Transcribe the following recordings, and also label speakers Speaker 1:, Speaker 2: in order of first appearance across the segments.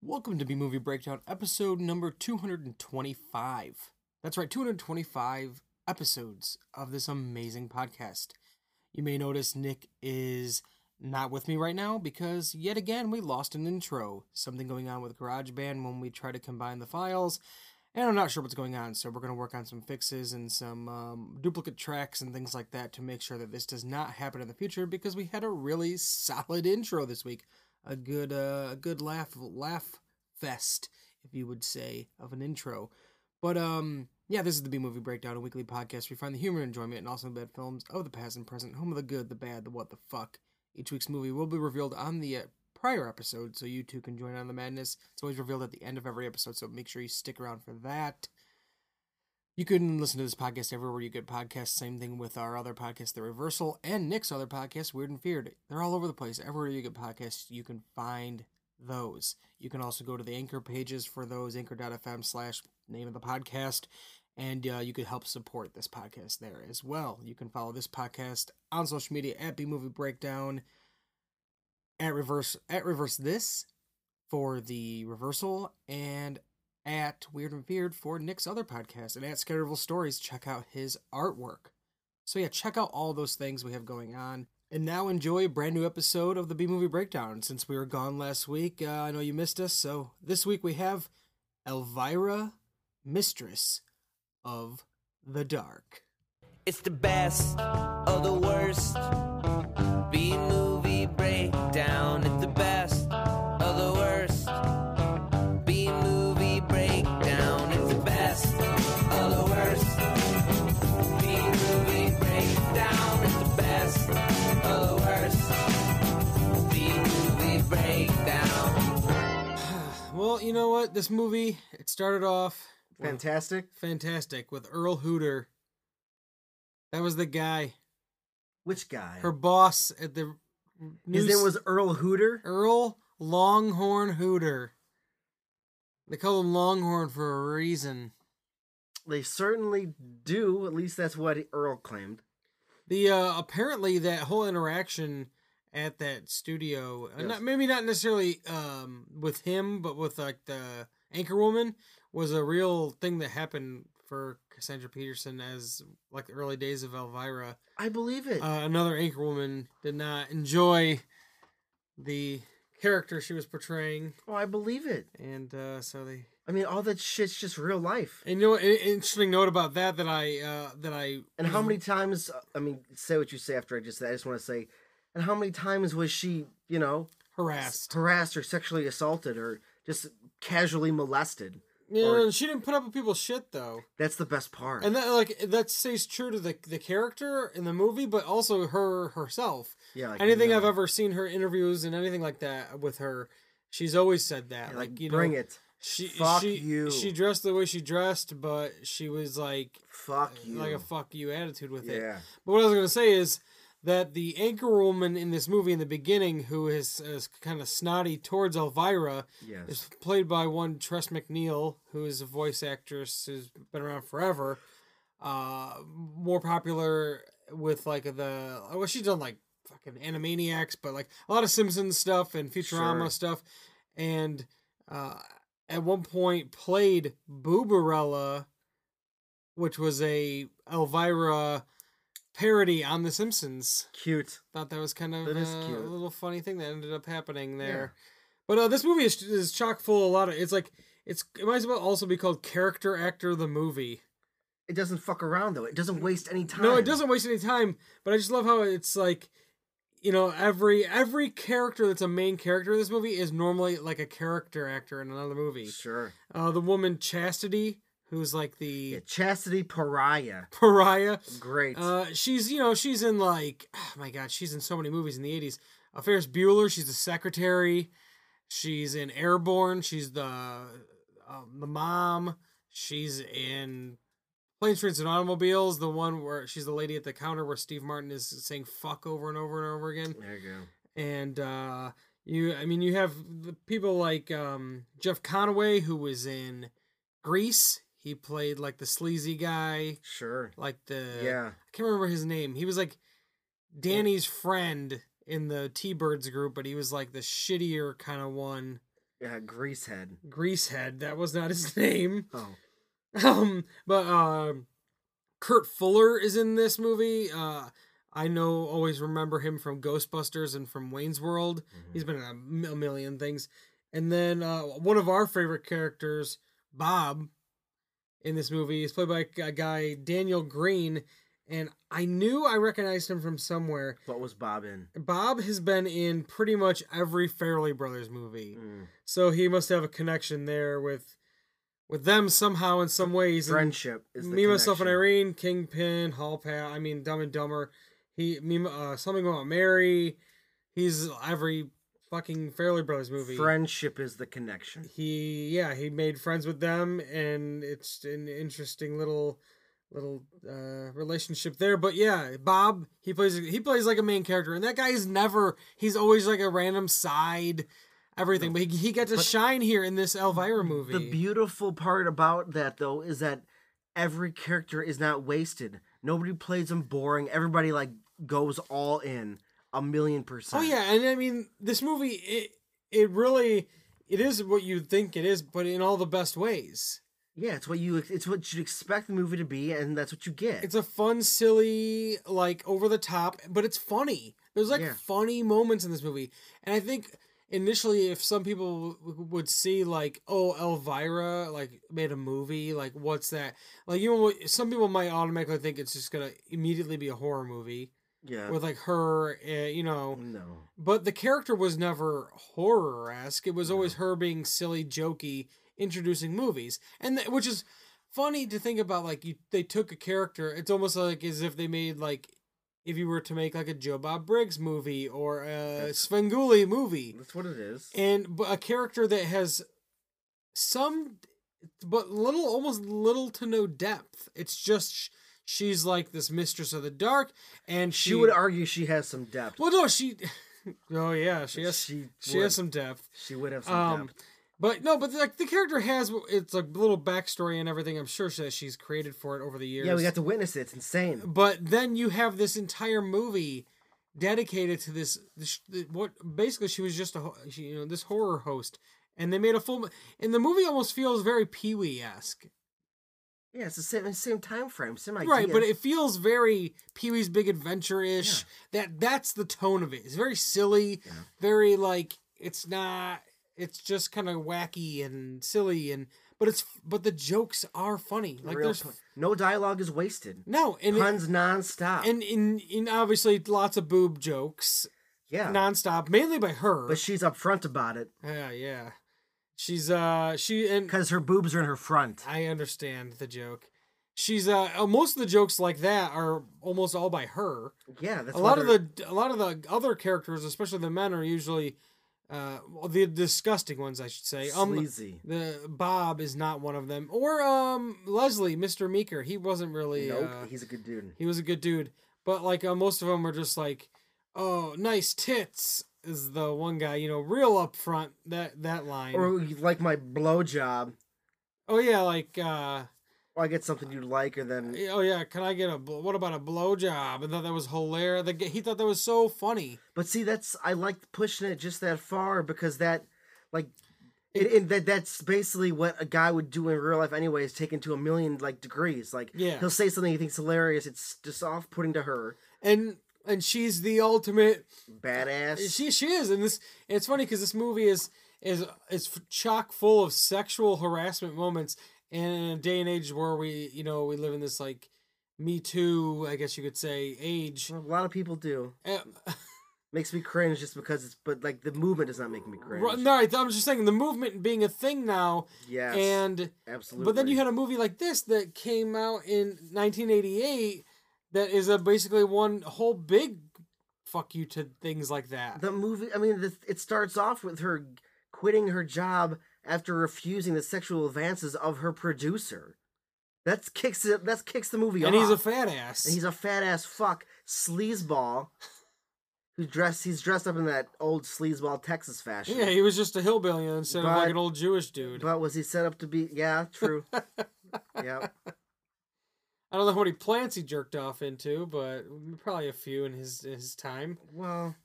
Speaker 1: Welcome to B Movie Breakdown, episode number 225. That's right, 225 episodes of this amazing podcast. You may notice Nick is not with me right now because yet again we lost an intro. Something going on with GarageBand when we try to combine the files, and I'm not sure what's going on, so we're going to work on some fixes and some um, duplicate tracks and things like that to make sure that this does not happen in the future because we had a really solid intro this week a good uh, a good laugh laugh fest, if you would say, of an intro. But um, yeah, this is the B Movie Breakdown, a weekly podcast where we find the humor, and enjoyment, and awesome bad films of the past and present, home of the good, the bad, the what the fuck. Each week's movie will be revealed on the uh, prior episode, so you too can join on the madness. It's always revealed at the end of every episode, so make sure you stick around for that. You can listen to this podcast everywhere you get podcasts. Same thing with our other podcast, The Reversal, and Nick's other podcast, Weird and Feared. They're all over the place. Everywhere you get podcasts, you can find those. You can also go to the anchor pages for those, anchor.fm slash name of the podcast, and uh, you could help support this podcast there as well. You can follow this podcast on social media at B Movie Breakdown, at reverse at reverse this for the reversal, and at Weird and Feared for Nick's other podcast and at Scatterville Stories. Check out his artwork. So yeah, check out all those things we have going on. And now enjoy a brand new episode of the B Movie Breakdown. Since we were gone last week, uh, I know you missed us. So this week we have Elvira, Mistress of the Dark.
Speaker 2: It's the best of the worst. B movie breakdown. It's the best of the worst. B movie breakdown. It's the best of the worst. B movie breakdown. It's the best of the worst. B movie breakdown.
Speaker 1: Well, you know what? This movie it started off
Speaker 3: Fantastic.
Speaker 1: fantastic with Earl Hooter. That was the guy,
Speaker 3: Which guy?
Speaker 1: her boss at the.
Speaker 3: His
Speaker 1: news-
Speaker 3: name was Earl Hooter.
Speaker 1: Earl Longhorn Hooter. They call him Longhorn for a reason.
Speaker 3: They certainly do. At least that's what Earl claimed.
Speaker 1: The uh, apparently that whole interaction at that studio, uh, not,
Speaker 3: Yes.
Speaker 1: maybe not necessarily um, with him, but with like the anchor woman, was a real thing that happened for Cassandra Peterson as like the early days of Elvira.
Speaker 3: I believe it.
Speaker 1: Uh, another anchor woman did not enjoy the character she was portraying,
Speaker 3: oh, I believe it.
Speaker 1: and uh, so they
Speaker 3: I mean, all that shit's just real life.
Speaker 1: And you know, what, an interesting note about that that I uh, that I
Speaker 3: And how many times? I mean, say what you say after I just. I just want to say, and how many times was she, you know,
Speaker 1: harassed.
Speaker 3: harassed or sexually assaulted or just casually molested?
Speaker 1: Yeah,
Speaker 3: or-
Speaker 1: and she didn't put up with people's shit though,
Speaker 3: That's the best part.
Speaker 1: and that like that stays true to the the character in the movie, but also her herself.
Speaker 3: yeah. Like,
Speaker 1: anything
Speaker 3: no.
Speaker 1: I've ever seen her interviews and anything like that with her, she's always said that.
Speaker 3: Yeah,
Speaker 1: like,
Speaker 3: like,
Speaker 1: you
Speaker 3: bring
Speaker 1: know,
Speaker 3: it.
Speaker 1: She
Speaker 3: Fuck
Speaker 1: she
Speaker 3: you.
Speaker 1: she dressed the way she dressed, but she was like
Speaker 3: Fuck you.
Speaker 1: uh, like a fuck you attitude with it.
Speaker 3: yeah.
Speaker 1: But what I was going to say is that the anchor woman in this movie in the beginning, who is, is kind of snotty towards Elvira,
Speaker 3: Yes.
Speaker 1: is played by one Tress McNeil, who is a voice actress who's been around forever. Uh, more popular with like the well, she's done like fucking Animaniacs, but like a lot of Simpsons stuff and Futurama
Speaker 3: Sure.
Speaker 1: stuff, and uh, at one point played Booberella, which was a Elvira parody on The Simpsons
Speaker 3: Cute.
Speaker 1: thought that was kind of
Speaker 3: That is
Speaker 1: uh,
Speaker 3: cute.
Speaker 1: a little funny thing that ended up happening there. But uh, this movie is, is chock full of a lot of it's like it's it might as well also be called character actor the movie.
Speaker 3: It doesn't fuck around though. It doesn't waste any time.
Speaker 1: No, it doesn't waste any time. But I just love how it's like, you know, every every character that's a main character in this movie is normally like a character actor in another movie.
Speaker 3: Sure.
Speaker 1: Uh, the woman Chastity, who's like the
Speaker 3: Yeah, E, Chastity Pariah.
Speaker 1: pariah,
Speaker 3: Great.
Speaker 1: Uh, she's you know she's in like oh my god she's in so many movies in the eighties. Uh, Ferris Bueller, she's the secretary. She's in Airborne. She's the uh, the mom. She's in Planes, Trains, and Automobiles. The one where she's the lady at the counter where Steve Martin is saying "fuck" over and over and over again.
Speaker 3: there you go.
Speaker 1: And uh, you, I mean, you have the people like um, Jeff Conaway who was in Grease. He played like the sleazy guy,
Speaker 3: Sure.
Speaker 1: like the
Speaker 3: yeah.
Speaker 1: I can't remember his name. He was like Danny's friend in the T Birds group, but he was like the shittier kind of one.
Speaker 3: Yeah, Greasehead.
Speaker 1: Greasehead. That was not his name.
Speaker 3: Oh,
Speaker 1: Um, but uh, Kurt Fuller is in this movie. Uh, I know, always remember him from Ghostbusters and from Wayne's World. He's been in a, m- a million things. And then uh, one of our favorite characters, Bob, in this movie is played by a guy Daniel Green. And I knew I recognized him from somewhere.
Speaker 3: what was Bob in?
Speaker 1: Bob has been in pretty much every Fairley Brothers movie,
Speaker 3: Mm.
Speaker 1: so he must have a connection there with with them somehow in some ways. And-
Speaker 3: Friendship is the
Speaker 1: me, myself, and
Speaker 3: connection.
Speaker 1: Irene, Kingpin, Hall Pass. I mean, Dumb and Dumber. He, me, uh, something about Mary. He's every fucking Fairly Brothers movie.
Speaker 3: Friendship is the connection.
Speaker 1: He, yeah, he made friends with them, and it's an interesting little, little uh, relationship there. But yeah, Bob, he plays, he plays like a main character, and that guy is never. He's always like a random side, everything. But he, he gets to shine here in this Elvira movie.
Speaker 3: The beautiful part about that, though, is that every character is not wasted. Nobody plays them boring. Everybody like goes all in a million percent.
Speaker 1: Oh yeah, and I mean this movie it it really it is what you think it is, but in all the best ways.
Speaker 3: yeah. It's what you it's what you expect the movie to be, and that's what you get.
Speaker 1: It's a fun, silly, like over the top, but it's funny. There's like
Speaker 3: Yeah.
Speaker 1: funny moments in this movie, and I think initially, if some people w- would see like, oh, Elvira like made a movie, like what's that? Like you know, what- some people might automatically think it's just gonna immediately be a horror movie
Speaker 3: yeah.
Speaker 1: with like her, uh, you know.
Speaker 3: no.
Speaker 1: But the character was never horror esque. It was always her being silly, jokey, introducing movies, and th- which is funny to think about. Like you, they took a character. It's almost like as if they made like if you were to make like a Joe Bob Briggs movie or a
Speaker 3: That's-
Speaker 1: Svengoolie movie,
Speaker 3: That's what it is.
Speaker 1: and but a character that has some, but little, almost little to no depth. It's just sh- she's like this mistress of the dark, and she,
Speaker 3: she would argue she has some depth.
Speaker 1: well, no, she. Oh yeah, she has she,
Speaker 3: she would.
Speaker 1: has some depth.
Speaker 3: She would have some
Speaker 1: Um,
Speaker 3: depth.
Speaker 1: but no, but like the character has it's a little backstory and everything. I'm sure that she's created for it over the years.
Speaker 3: Yeah, we got to witness it. It's insane.
Speaker 1: But then you have this entire movie dedicated to this. this what basically she was just a ho- she, you know this horror host, and they made a full. mo- And the movie almost feels very Pee Wee esque.
Speaker 3: Yeah, it's the same same time frame, same idea.
Speaker 1: Right, but it feels very Pee Wee's Big Adventure ish. That that's the tone of it. It's very silly, very like it's not. It's just kind of wacky and silly, and but it's but the jokes are funny. Like
Speaker 3: Real
Speaker 1: there's
Speaker 3: pun- no dialogue is wasted.
Speaker 1: no and it-
Speaker 3: Puns nonstop.
Speaker 1: and in in obviously lots of boob jokes
Speaker 3: yeah,
Speaker 1: nonstop, mainly by her.
Speaker 3: but she's upfront about it
Speaker 1: yeah, yeah. She's uh she and
Speaker 3: because her boobs are in her front.
Speaker 1: I understand the joke. She's uh oh, most of the jokes like that are almost all by her.
Speaker 3: Yeah, that's
Speaker 1: a lot of the a lot of the other characters, especially the men, are usually uh well, the disgusting ones, I should say. Um,
Speaker 3: sleazy.
Speaker 1: the Bob is not one of them, or um Leslie, Mister Meeker. He wasn't really.
Speaker 3: nope,
Speaker 1: uh,
Speaker 3: he's a good dude.
Speaker 1: he was a good dude, but like uh, most of them are just like, oh, nice tits is the one guy. You know, real upfront that that line.
Speaker 3: Or you like my blowjob.
Speaker 1: oh yeah, like. uh
Speaker 3: Or I get something you like, or then
Speaker 1: Oh yeah, can I get a bl- what about a blowjob? And thought that was hilarious. The, g- he thought that was so funny.
Speaker 3: but see, that's I like pushing it just that far because that, like, it, it, that that's basically what a guy would do in real life anyway. Is taken to a million like degrees. Like,
Speaker 1: Yeah.
Speaker 3: he'll say something he thinks hilarious. It's just off putting to her.
Speaker 1: And and she's the ultimate
Speaker 3: Badass.
Speaker 1: She she is, and this it's funny because this movie is is is chock full of sexual harassment moments, and in a day and age where we you know we live in this like Me Too, I guess you could say, age.
Speaker 3: a lot of people do.
Speaker 1: Uh,
Speaker 3: Makes me cringe just because it's. But like the movement does not make me cringe.
Speaker 1: no, I I'm just saying the movement being a thing now,
Speaker 3: Yes.
Speaker 1: and
Speaker 3: absolutely.
Speaker 1: But then you had a movie like this that came out in 1988 that is a basically one whole big fuck you to things like that.
Speaker 3: the movie. I mean, the, it starts off with her quitting her job after refusing the sexual advances of her producer. That's kicks it. That kicks the movie
Speaker 1: and
Speaker 3: off.
Speaker 1: he's a fat ass.
Speaker 3: and he's a fat ass fuck sleazeball. Who dressed? He's dressed up in that old sleazeball Texas fashion.
Speaker 1: Yeah, he was just a hillbilly instead of like
Speaker 3: But-
Speaker 1: an old Jewish dude.
Speaker 3: but was he set up to be? Yeah, true. yeah,
Speaker 1: I don't know how many plants he jerked off into, but probably a few in his his time.
Speaker 3: well,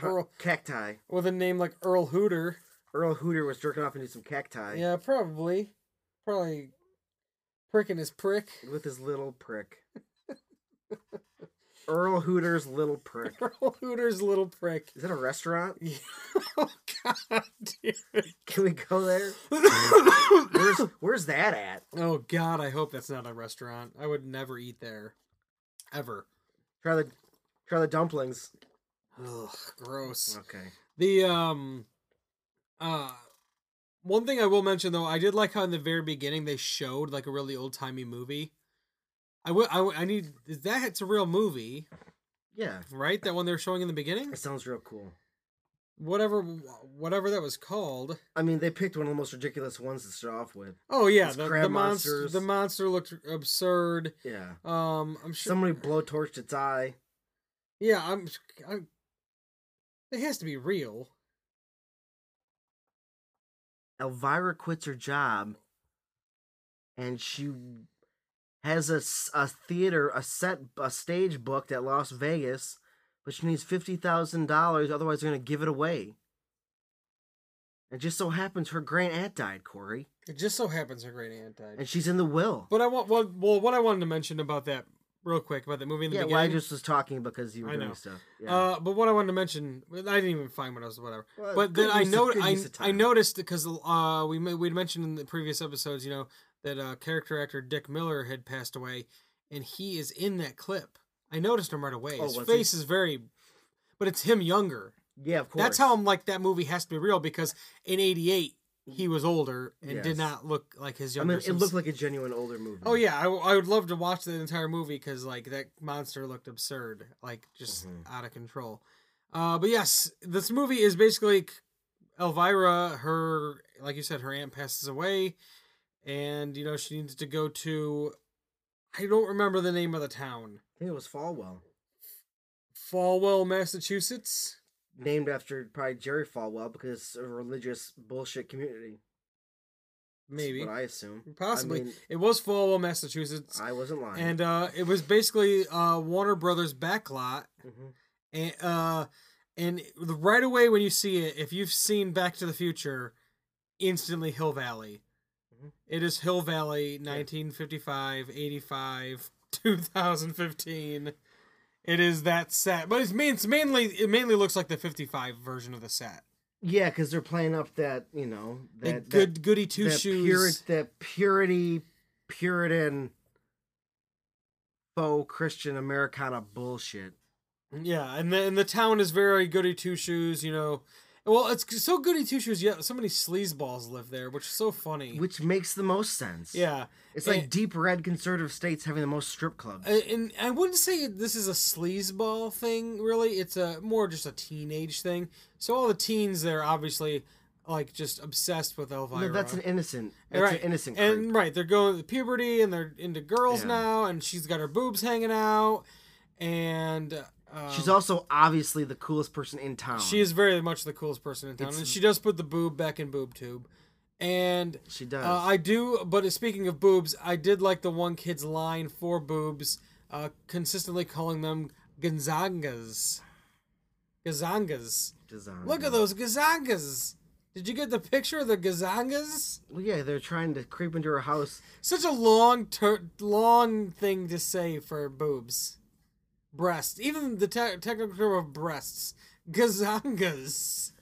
Speaker 1: Earl
Speaker 3: cacti.
Speaker 1: with a name like Earl Hooter.
Speaker 3: Earl Hooter was jerking off into some cacti
Speaker 1: Yeah, probably. Probably pricking his prick.
Speaker 3: with his little prick. Earl Hooter's little prick.
Speaker 1: Earl Hooter's little prick.
Speaker 3: Is that a restaurant?
Speaker 1: oh god, dude.
Speaker 3: Can we go there? Where's Where's that at?
Speaker 1: oh god, I hope that's not a restaurant. I would never eat there. Ever.
Speaker 3: Try the Try the dumplings.
Speaker 1: Ugh, gross.
Speaker 3: Okay.
Speaker 1: The um uh one thing I will mention though, I did like how in the very beginning they showed like a really old timey movie. I will. I w- I need that's a real movie,
Speaker 3: Yeah,
Speaker 1: right? That one they were showing in the beginning,
Speaker 3: it sounds real cool.
Speaker 1: whatever whatever that was called.
Speaker 3: I mean, they picked one of the most ridiculous ones to start off with.
Speaker 1: Oh yeah,
Speaker 3: It's
Speaker 1: the,
Speaker 3: crab
Speaker 1: the monster.
Speaker 3: monsters.
Speaker 1: The monster looked absurd.
Speaker 3: Yeah.
Speaker 1: Um, I'm sure.
Speaker 3: Somebody blowtorched its eye.
Speaker 1: Yeah, I'm. I'm it has to be real.
Speaker 3: Elvira quits her job and she has a, s- a theater, a set, a stage booked at Las Vegas, but she needs $50,000, otherwise, they're going to give it away. And just so happens her grand aunt died, Corey,
Speaker 1: It just so happens her great aunt died.
Speaker 3: and she's in the will.
Speaker 1: But I want well, well, what I wanted to mention about that real quick about that movie in the
Speaker 3: yeah,
Speaker 1: beginning.
Speaker 3: well, I just was talking because you were
Speaker 1: I
Speaker 3: doing
Speaker 1: know.
Speaker 3: stuff. Yeah.
Speaker 1: Uh, but what I wanted to mention, I didn't even find what I was whatever.
Speaker 3: Well,
Speaker 1: but
Speaker 3: good
Speaker 1: then I
Speaker 3: use of-
Speaker 1: know
Speaker 3: good
Speaker 1: I,
Speaker 3: use of
Speaker 1: I
Speaker 3: time.
Speaker 1: noticed because uh we ma- we'd mentioned in the previous episodes, you know, that uh, character actor Dick Miller had passed away, and he is in that clip. I noticed him right away.
Speaker 3: Oh,
Speaker 1: His
Speaker 3: was he?
Speaker 1: face is very, but it's him younger.
Speaker 3: yeah, of course.
Speaker 1: That's how I'm like that movie has to be real because in '88 he was older and
Speaker 3: Mm. Yes.
Speaker 1: did not look like his
Speaker 3: I
Speaker 1: younger.
Speaker 3: mean, it
Speaker 1: self.
Speaker 3: looked like a genuine older movie.
Speaker 1: Oh yeah, I, w- I would love to watch the entire movie because like that monster looked absurd, like just
Speaker 3: Mhm.
Speaker 1: out of control. Uh, but yes, this movie is basically c- Elvira. Her, like you said, her aunt passes away, and you know she needs to go to. I don't remember the name of the town,
Speaker 3: I think it was Falwell.
Speaker 1: Falwell, Massachusetts.
Speaker 3: named after probably Jerry Falwell because it's a religious bullshit community. That's
Speaker 1: Maybe,
Speaker 3: what I assume.
Speaker 1: possibly,
Speaker 3: I, mean,
Speaker 1: it was Falwell, Massachusetts,
Speaker 3: I wasn't lying.
Speaker 1: and uh, it was basically uh, Warner Brothers backlot
Speaker 3: Mhm.
Speaker 1: and uh and the- right away when you see it if you've seen back to the future instantly hill valley
Speaker 3: Mhm.
Speaker 1: It is hill valley 1955 85 2015 it is that set but it's, main, it's mainly it mainly looks like the 55 version of the set
Speaker 3: yeah, because they're playing up that you know
Speaker 1: The
Speaker 3: that
Speaker 1: good
Speaker 3: that,
Speaker 1: goody two
Speaker 3: that,
Speaker 1: shoes
Speaker 3: puri- that purity, Puritan, faux Christian Americana bullshit. Mm-hmm.
Speaker 1: Yeah, and the and the town is very goody two shoes. You know, well, it's so goody two shoes. Yeah, so many sleazeballs live there, which is so funny.
Speaker 3: Which makes the most sense.
Speaker 1: yeah,
Speaker 3: It's like
Speaker 1: and-
Speaker 3: deep red conservative states having the most strip clubs.
Speaker 1: I- and I wouldn't say this is a sleazeball thing, really. It's a more just a teenage thing. So all the teens there, obviously, like just obsessed with Elvira.
Speaker 3: no, that's an innocent. That's
Speaker 1: right,
Speaker 3: an innocent.
Speaker 1: and
Speaker 3: creep.
Speaker 1: right, they're going to puberty, and they're into girls
Speaker 3: Yeah.
Speaker 1: now, and she's got her boobs hanging out, and um,
Speaker 3: She's also obviously the coolest person in town.
Speaker 1: she is very much the coolest person in town,
Speaker 3: It's-
Speaker 1: and she does put the boob back in boob tube, and
Speaker 3: She does.
Speaker 1: Uh, I do, but speaking of boobs, I did like the one kid's line for boobs, uh, consistently calling them gazangas. Gazangas.
Speaker 3: Design.
Speaker 1: Look at those gazangas. Did you get the picture of the gazangas?
Speaker 3: Well, yeah, they're trying to creep into her house.
Speaker 1: Such a long, ter- long thing to say for boobs, breasts. Even the te- technical term of breasts, gazangas.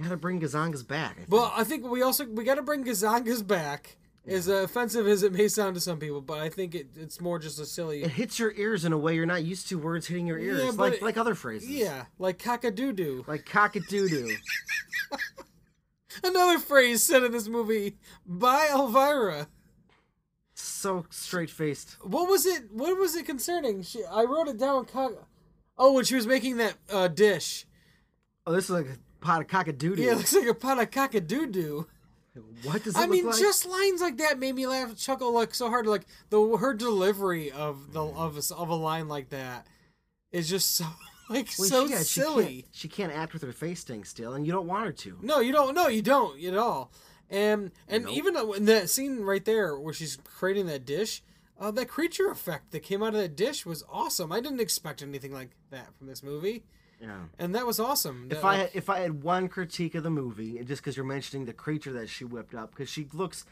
Speaker 3: Gotta bring Gazangas back. I think.
Speaker 1: Well, I think we also we got to bring Gazangas back. As offensive as it may sound to some people, but I think it, it's more just a silly.
Speaker 3: it hits your ears in a way you're not used to. Words hitting your ears,
Speaker 1: Yeah, but
Speaker 3: like
Speaker 1: it-
Speaker 3: like other phrases.
Speaker 1: Yeah, like cock-a-doo-doo.
Speaker 3: Like cock-a-doodoo.
Speaker 1: Another phrase said in this movie by Elvira.
Speaker 3: so straight faced.
Speaker 1: What was it? What was it concerning? She, I wrote it down. Cock. Oh, when she was making that uh, dish.
Speaker 3: Oh, this is like a pot of cock-a-doodoo.
Speaker 1: Yeah, it looks like a pot of cock-a-doo-doo.
Speaker 3: What does it
Speaker 1: I
Speaker 3: look
Speaker 1: mean,
Speaker 3: like?
Speaker 1: just lines like that made me laugh, chuckle like so hard. Like the her delivery of the of a, of a line like that is just so like
Speaker 3: Well,
Speaker 1: so
Speaker 3: she- yeah, She
Speaker 1: silly.
Speaker 3: can't, she can't act with her face thing still, and you don't want her to.
Speaker 1: No, you don't. No, you don't at all. And and
Speaker 3: Nope.
Speaker 1: even uh, in that scene right there where she's creating that dish, uh, that creature effect that came out of that dish was awesome. I didn't expect anything like that from this movie.
Speaker 3: Yeah.
Speaker 1: and that was awesome.
Speaker 3: If
Speaker 1: That-
Speaker 3: I had, if I had one critique of the movie, and just because you're mentioning the creature that she whipped up, because she looks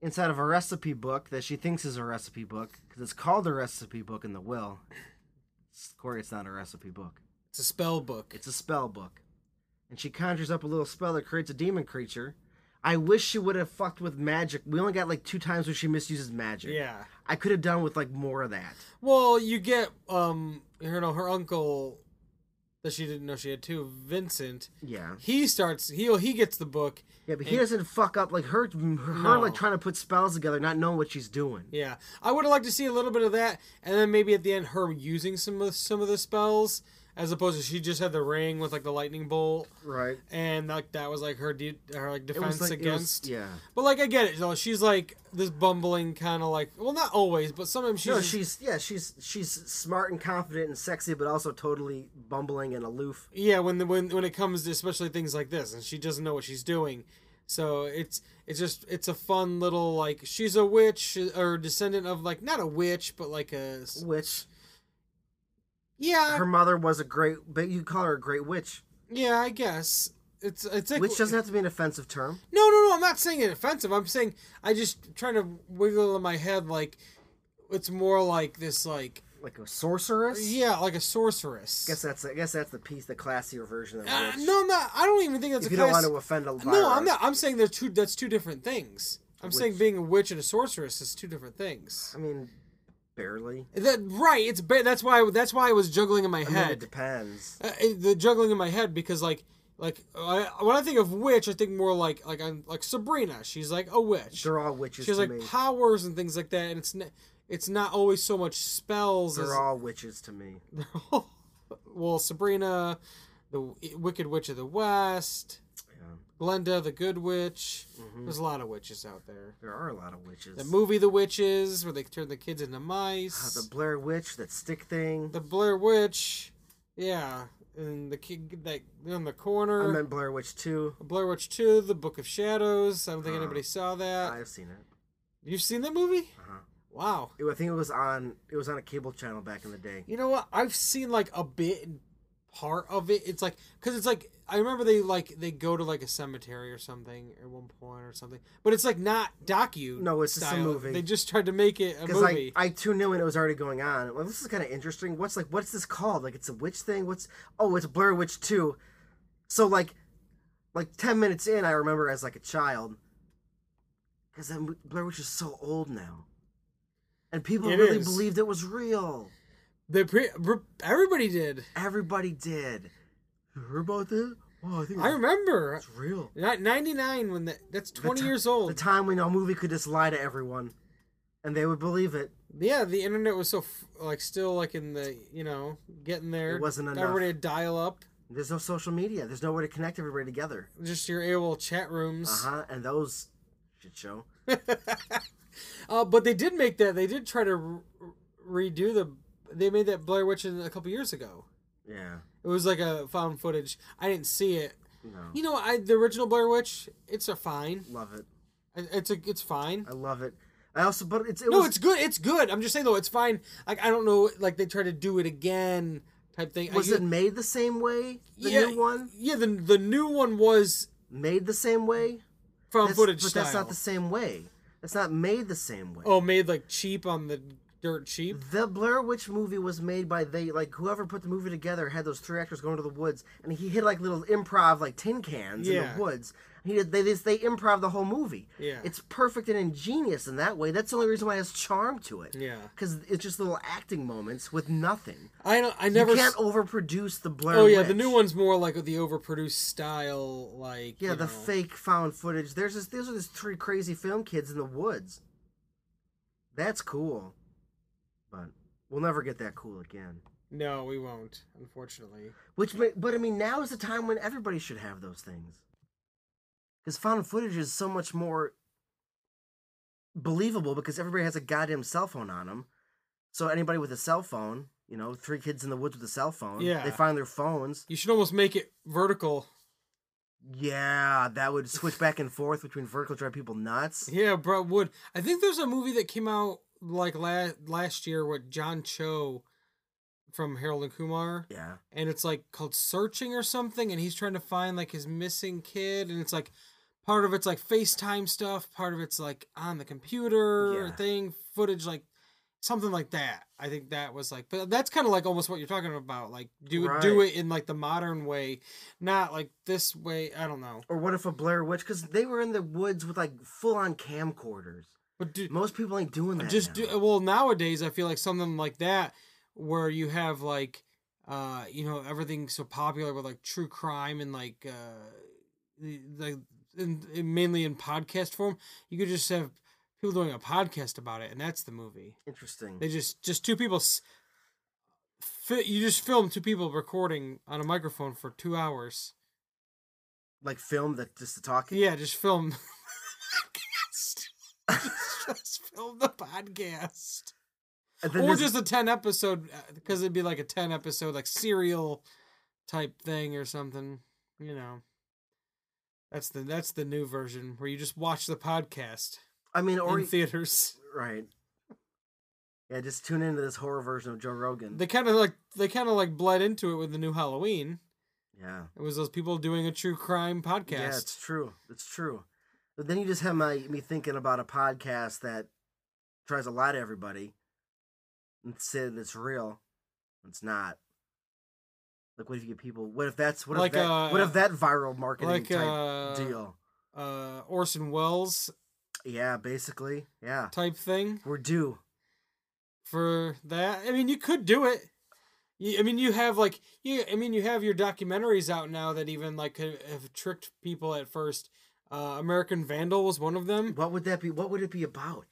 Speaker 3: inside of a recipe book that she thinks is a recipe book, because it's called a recipe book in the will. Corey, it's not a recipe book.
Speaker 1: it's a spell book.
Speaker 3: It's a spell book, and she conjures up a little spell that creates a demon creature. I wish she would have fucked with magic. We only got like two times where she misuses magic.
Speaker 1: Yeah.
Speaker 3: I could have done with like more of that.
Speaker 1: Well, you get um, her no, her uncle that she didn't know she had too, Vincent.
Speaker 3: Yeah.
Speaker 1: He starts. He he gets the book.
Speaker 3: Yeah, but he doesn't fuck up like her. Her like trying to put spells together, not knowing what she's doing.
Speaker 1: Yeah, I would have liked to see a little bit of that, and then maybe at the end her using some of some of the spells as opposed to she just had the ring with like the lightning bolt,
Speaker 3: Right.
Speaker 1: and like that was like her de- her like defense
Speaker 3: it was-
Speaker 1: against.
Speaker 3: yeah.
Speaker 1: But like I get it, though. She's like this bumbling kind of like well, not always, but sometimes she's
Speaker 3: No,
Speaker 1: just-
Speaker 3: she's yeah, she's she's smart and confident and sexy, but also totally bumbling and aloof.
Speaker 1: yeah when the, when when it comes to especially things like this, and she doesn't know what she's doing. So it's it's just it's a fun little like she's a witch or descendant of like not a witch but like a
Speaker 3: Which
Speaker 1: yeah
Speaker 3: her mother was a great, but you call her a great witch.
Speaker 1: yeah I guess it's it's like
Speaker 3: Which doesn't have to be an offensive term.
Speaker 1: No, no, no. I'm not saying it offensive. I'm saying I just trying to wiggle in my head like it's more like this, like
Speaker 3: Like a sorceress.
Speaker 1: yeah, like a sorceress.
Speaker 3: I guess that's I guess that's the piece, the classier version of
Speaker 1: Uh,
Speaker 3: witch.
Speaker 1: no, I'm not. I don't even think that's
Speaker 3: if
Speaker 1: a
Speaker 3: you don't
Speaker 1: class.
Speaker 3: want to offend a
Speaker 1: no, I'm not. I'm saying they're two. That's two different things. I'm saying
Speaker 3: Witch.
Speaker 1: being a witch and a sorceress is two different things.
Speaker 3: I mean, barely.
Speaker 1: That right? It's ba- that's why that's why I was juggling in my
Speaker 3: I mean, it
Speaker 1: head.
Speaker 3: depends.
Speaker 1: uh, it- the juggling in my head because like like I, when I think of witch, I think more like like I'm like Sabrina. She's like a witch.
Speaker 3: They're all witches
Speaker 1: she has
Speaker 3: to
Speaker 1: like
Speaker 3: me.
Speaker 1: powers and things like that, and it's n- it's not always so much spells.
Speaker 3: They're
Speaker 1: As,
Speaker 3: all witches to me.
Speaker 1: well, Sabrina, the W- Wicked Witch of the West, Glenda, the Good Witch.
Speaker 3: Mm-hmm.
Speaker 1: There's a lot of witches out there.
Speaker 3: There are a lot of witches. Uh,
Speaker 1: The movie The Witches, where they turn the kids into mice.
Speaker 3: Ah, the Blair Witch, that stick thing.
Speaker 1: the Blair Witch, yeah, and the kid that on the corner.
Speaker 3: I meant Blair Witch 2.
Speaker 1: Blair Witch 2, The Book of Shadows. I don't think
Speaker 3: Uh,
Speaker 1: anybody saw that.
Speaker 3: I've seen it.
Speaker 1: You've seen that movie?
Speaker 3: Uh-huh.
Speaker 1: Wow.
Speaker 3: It- I think it was on it was on a cable channel back in the day.
Speaker 1: You know what? I've seen like a bit and part of it. It's like cuz it's like I remember they like they go to like a cemetery or something at one point or something. But it's like not docu.
Speaker 3: No, it's just a
Speaker 1: style.
Speaker 3: movie.
Speaker 1: They just tried to make it a
Speaker 3: Because I,
Speaker 1: movie.
Speaker 3: I tuned in when it was already going on. Well, this is kind of interesting. What's like what's this called? Like it's a witch thing. What's oh it's Blair Witch Two. So like like ten minutes in, I remember as like a child. Because Blair Witch is so old now, and people
Speaker 1: It
Speaker 3: really
Speaker 1: is.
Speaker 3: believed it was real.
Speaker 1: They pre- re- everybody did.
Speaker 3: Everybody did. You heard about this? Oh, I think
Speaker 1: I
Speaker 3: it's
Speaker 1: remember.
Speaker 3: real.
Speaker 1: Not 99 when that that's 20
Speaker 3: ti-
Speaker 1: years
Speaker 3: The
Speaker 1: old.
Speaker 3: time when a movie could just lie to everyone, and they would believe it.
Speaker 1: Yeah, the internet was so f- like still like in the you know getting there.
Speaker 3: It wasn't enough.
Speaker 1: Everybody had dial up.
Speaker 3: There's no social media. There's nowhere to connect everybody together.
Speaker 1: Just your AOL chat
Speaker 3: Uh
Speaker 1: rooms.
Speaker 3: huh. And those shit show.
Speaker 1: Uh, but they did make that. They did try to re- redo the. They made that Blair Witch in a couple years ago.
Speaker 3: Yeah.
Speaker 1: It was like a found footage. I didn't see it.
Speaker 3: No.
Speaker 1: You know, I the original Blair Witch. It's a fine.
Speaker 3: Love it.
Speaker 1: It- It's a it's fine.
Speaker 3: I love it. I also, but it's it
Speaker 1: No,
Speaker 3: was
Speaker 1: it's good. It's good. I'm just saying though, it's fine. Like I don't know. Like they try to do it again type thing. I
Speaker 3: was
Speaker 1: u-
Speaker 3: it made the same way? The
Speaker 1: yeah,
Speaker 3: new one
Speaker 1: Yeah, the the new one was
Speaker 3: made the same way.
Speaker 1: found
Speaker 3: That's-
Speaker 1: footage
Speaker 3: but
Speaker 1: style.
Speaker 3: that's not the same way. That's not made the same way.
Speaker 1: Oh, made like cheap on the dirt cheap.
Speaker 3: The Blair Witch movie was made by they like whoever put the movie together had those three actors going to the woods and he hit like little improv like tin cans in
Speaker 1: Yeah.
Speaker 3: the woods. He did, they just, they improv the whole movie.
Speaker 1: Yeah.
Speaker 3: it's perfect and ingenious in that way. That's the only reason why it has charm to it.
Speaker 1: Yeah.
Speaker 3: because it's just little acting moments with nothing.
Speaker 1: I don't. I never.
Speaker 3: Mm-hmm. you can't
Speaker 1: s-
Speaker 3: overproduce the Blair.
Speaker 1: oh yeah, the
Speaker 3: Witch.
Speaker 1: new one's more like the overproduced style, like
Speaker 3: Yeah,
Speaker 1: you
Speaker 3: the
Speaker 1: know.
Speaker 3: fake found footage. There's this. These are these three crazy film kids in the woods. That's cool, but we'll never get that cool again.
Speaker 1: No, we won't. Unfortunately,
Speaker 3: Which, ma- but I mean, now is the time when everybody should have those things. Because found footage is so much more believable because everybody has a goddamn cell phone on them. So anybody with a cell phone, you know, three kids in the woods with a cell phone,
Speaker 1: Yeah.
Speaker 3: they find their phones.
Speaker 1: you should almost make it vertical.
Speaker 3: Yeah, that would switch back and forth between vertical drive people nuts.
Speaker 1: Yeah, bro, it would I think there's a movie that came out like last last year with John Cho from Harold and Kumar,
Speaker 3: Yeah.
Speaker 1: and it's like called Searching or something, and he's trying to find like his missing kid, and it's like part of it's like FaceTime stuff, part of it's like on the computer
Speaker 3: Yeah.
Speaker 1: thing, footage like something like that. I think that was like, but that's kind of like almost what you're talking about, like do do
Speaker 3: Right.
Speaker 1: it in like the modern way, not like this way. I don't know,
Speaker 3: Or what if a Blair Witch? Because they were in the woods with like full on camcorders.
Speaker 1: but do,
Speaker 3: Most people ain't doing that.
Speaker 1: just
Speaker 3: now.
Speaker 1: do well nowadays i feel like something like that where you have like uh you know everything so popular with like true crime and like uh the- like in, in- mainly in podcast form you could just have people doing a podcast about it and that's the movie
Speaker 3: Interesting.
Speaker 1: they just just two people s- fi- you just film two people recording on a microphone for two hours
Speaker 3: like film that just to talk.
Speaker 1: yeah just film podcast just, just film the podcast
Speaker 3: And then
Speaker 1: or
Speaker 3: there's-
Speaker 1: just a 10 episode because it'd be like a 10 episode like serial type thing or something you know that's the that's the new version where you just watch the podcast
Speaker 3: I mean, or
Speaker 1: in theaters
Speaker 3: right. Yeah, just tune into this horror version of Joe Rogan.
Speaker 1: they kind of like they kind of like bled into it with the new halloween
Speaker 3: yeah.
Speaker 1: it was those people doing a true crime podcast
Speaker 3: Yeah, it's true. It's true. But then you just have my me thinking about a podcast that tries to lie to everybody and say that it's real. It's not. Like what if you get people what if that's what
Speaker 1: Like,
Speaker 3: if that
Speaker 1: uh,
Speaker 3: what if that viral marketing
Speaker 1: like
Speaker 3: type
Speaker 1: uh,
Speaker 3: deal?
Speaker 1: uh orson welles
Speaker 3: Yeah, basically. Yeah.
Speaker 1: type thing
Speaker 3: We're due.
Speaker 1: for that. I mean, you could do it. You, I mean, you have like you. I mean, you have your documentaries out now that even like have, have tricked people at first. Uh, American Vandal was one of them.
Speaker 3: What would that be? What would it be about?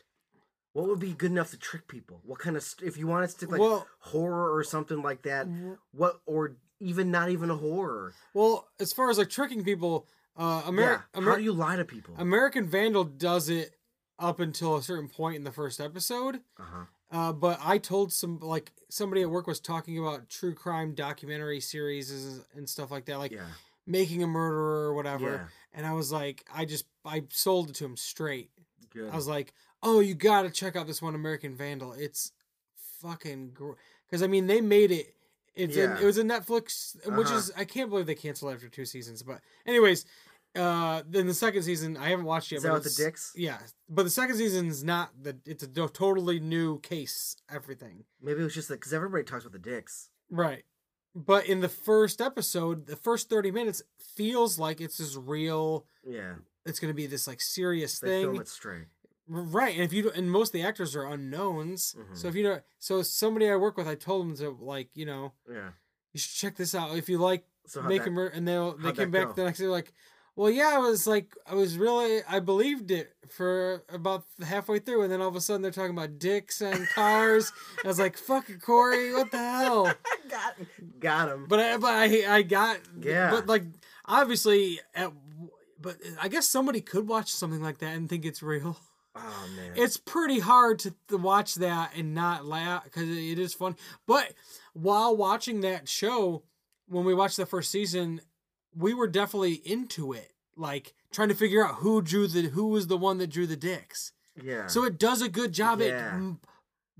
Speaker 3: What would be good enough to trick people? What kind of st- if you want to stick like
Speaker 1: Well-
Speaker 3: horror or something like that?
Speaker 1: Mhm.
Speaker 3: What or even not even a horror?
Speaker 1: Well, as far as like tricking people, uh, Amer-
Speaker 3: yeah.
Speaker 1: Amer-
Speaker 3: How do you lie to people?
Speaker 1: American Vandal does it up until a certain point in the first episode.
Speaker 3: uh-huh.
Speaker 1: Uh, but I told some like somebody at work was talking about true crime documentary series and stuff like that. Like
Speaker 3: Yeah.
Speaker 1: making a murderer or whatever.
Speaker 3: Yeah.
Speaker 1: And I was like, I just I sold it to him straight.
Speaker 3: Good.
Speaker 1: I was like, oh, you gotta check out this one American Vandal. It's fucking because I mean they made it. It's in-
Speaker 3: Yeah.
Speaker 1: it was a Netflix, which
Speaker 3: Uh-huh.
Speaker 1: is I can't believe they canceled after two seasons. But anyways, uh, then the second season I haven't watched yet.
Speaker 3: Is that
Speaker 1: but
Speaker 3: with the
Speaker 1: it's-
Speaker 3: dicks?
Speaker 1: Yeah, but the second season's not the. It's a do- totally new case. Everything.
Speaker 3: Maybe it was just that because everybody talks about the dicks.
Speaker 1: Right. But in the first episode, the first 30 minutes feels like it's this real,
Speaker 3: Yeah,
Speaker 1: it's going to be this like serious
Speaker 3: they
Speaker 1: thing.
Speaker 3: film it straight.
Speaker 1: Right. And if you, don't- and most of the actors are unknowns.
Speaker 3: Mm-hmm.
Speaker 1: So if you don't, so somebody I work with, I told them to like, you know,
Speaker 3: Yeah.
Speaker 1: you should check this out. If you like
Speaker 3: So how'd
Speaker 1: make
Speaker 3: that-
Speaker 1: a murder, and they'll, they
Speaker 3: how'd
Speaker 1: came
Speaker 3: that
Speaker 1: back
Speaker 3: go?
Speaker 1: the next day like, well, yeah, I was like, I was really, I believed it for about halfway through. And then all of a sudden they're talking about dicks and cars. I was like, fuck it, Corey, what the hell?
Speaker 3: got got him.
Speaker 1: But I, but I, I got
Speaker 3: Yeah.
Speaker 1: But like, obviously, at, but I guess somebody could watch something like that and think it's real.
Speaker 3: oh man.
Speaker 1: It's pretty hard to, to watch that and not laugh because it is fun. But while watching that show, when we watched the first season, we were definitely into it, like trying to figure out who drew the who was the one that drew the dicks.
Speaker 3: yeah.
Speaker 1: So it does a good job
Speaker 3: Yeah.
Speaker 1: at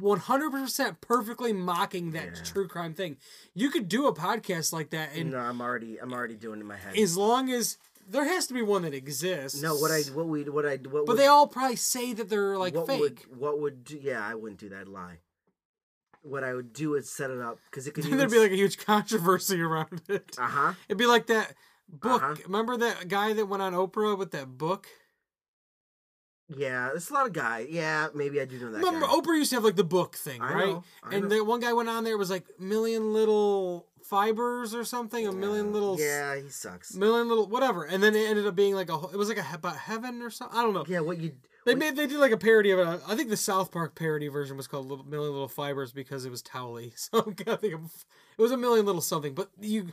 Speaker 1: one hundred percent perfectly mocking that
Speaker 3: Yeah.
Speaker 1: true crime thing. You could do a podcast like that, and
Speaker 3: no, I'm already I'm already doing it in my head.
Speaker 1: as long as there has to be one that exists.
Speaker 3: no, what I what we what I
Speaker 1: but
Speaker 3: what would,
Speaker 1: they all probably say that they're like
Speaker 3: what
Speaker 1: fake.
Speaker 3: Would, what would do, yeah? I wouldn't do that lie. What I would do is set it up because it could even
Speaker 1: There'd be like a huge controversy around it.
Speaker 3: uh huh
Speaker 1: It'd be like that book.
Speaker 3: Uh-huh.
Speaker 1: Remember that guy that went on Oprah with that book?
Speaker 3: yeah. There's a lot of guy. Yeah, maybe I do know that.
Speaker 1: Remember,
Speaker 3: guy.
Speaker 1: Oprah used to have like the book thing,
Speaker 3: I
Speaker 1: right?
Speaker 3: know, I
Speaker 1: and
Speaker 3: know.
Speaker 1: the one guy went on there it was like million little fibers or something, a million little s-
Speaker 3: Yeah, he sucks.
Speaker 1: million little whatever and then it ended up being like a whole- it was like a he- about heaven or something i don't know
Speaker 3: Yeah, what you
Speaker 1: they
Speaker 3: what-
Speaker 1: made they did like a parody of it i think the south park parody version was called little, million little fibers because it was towley so i'm gonna think of it was a million little something but you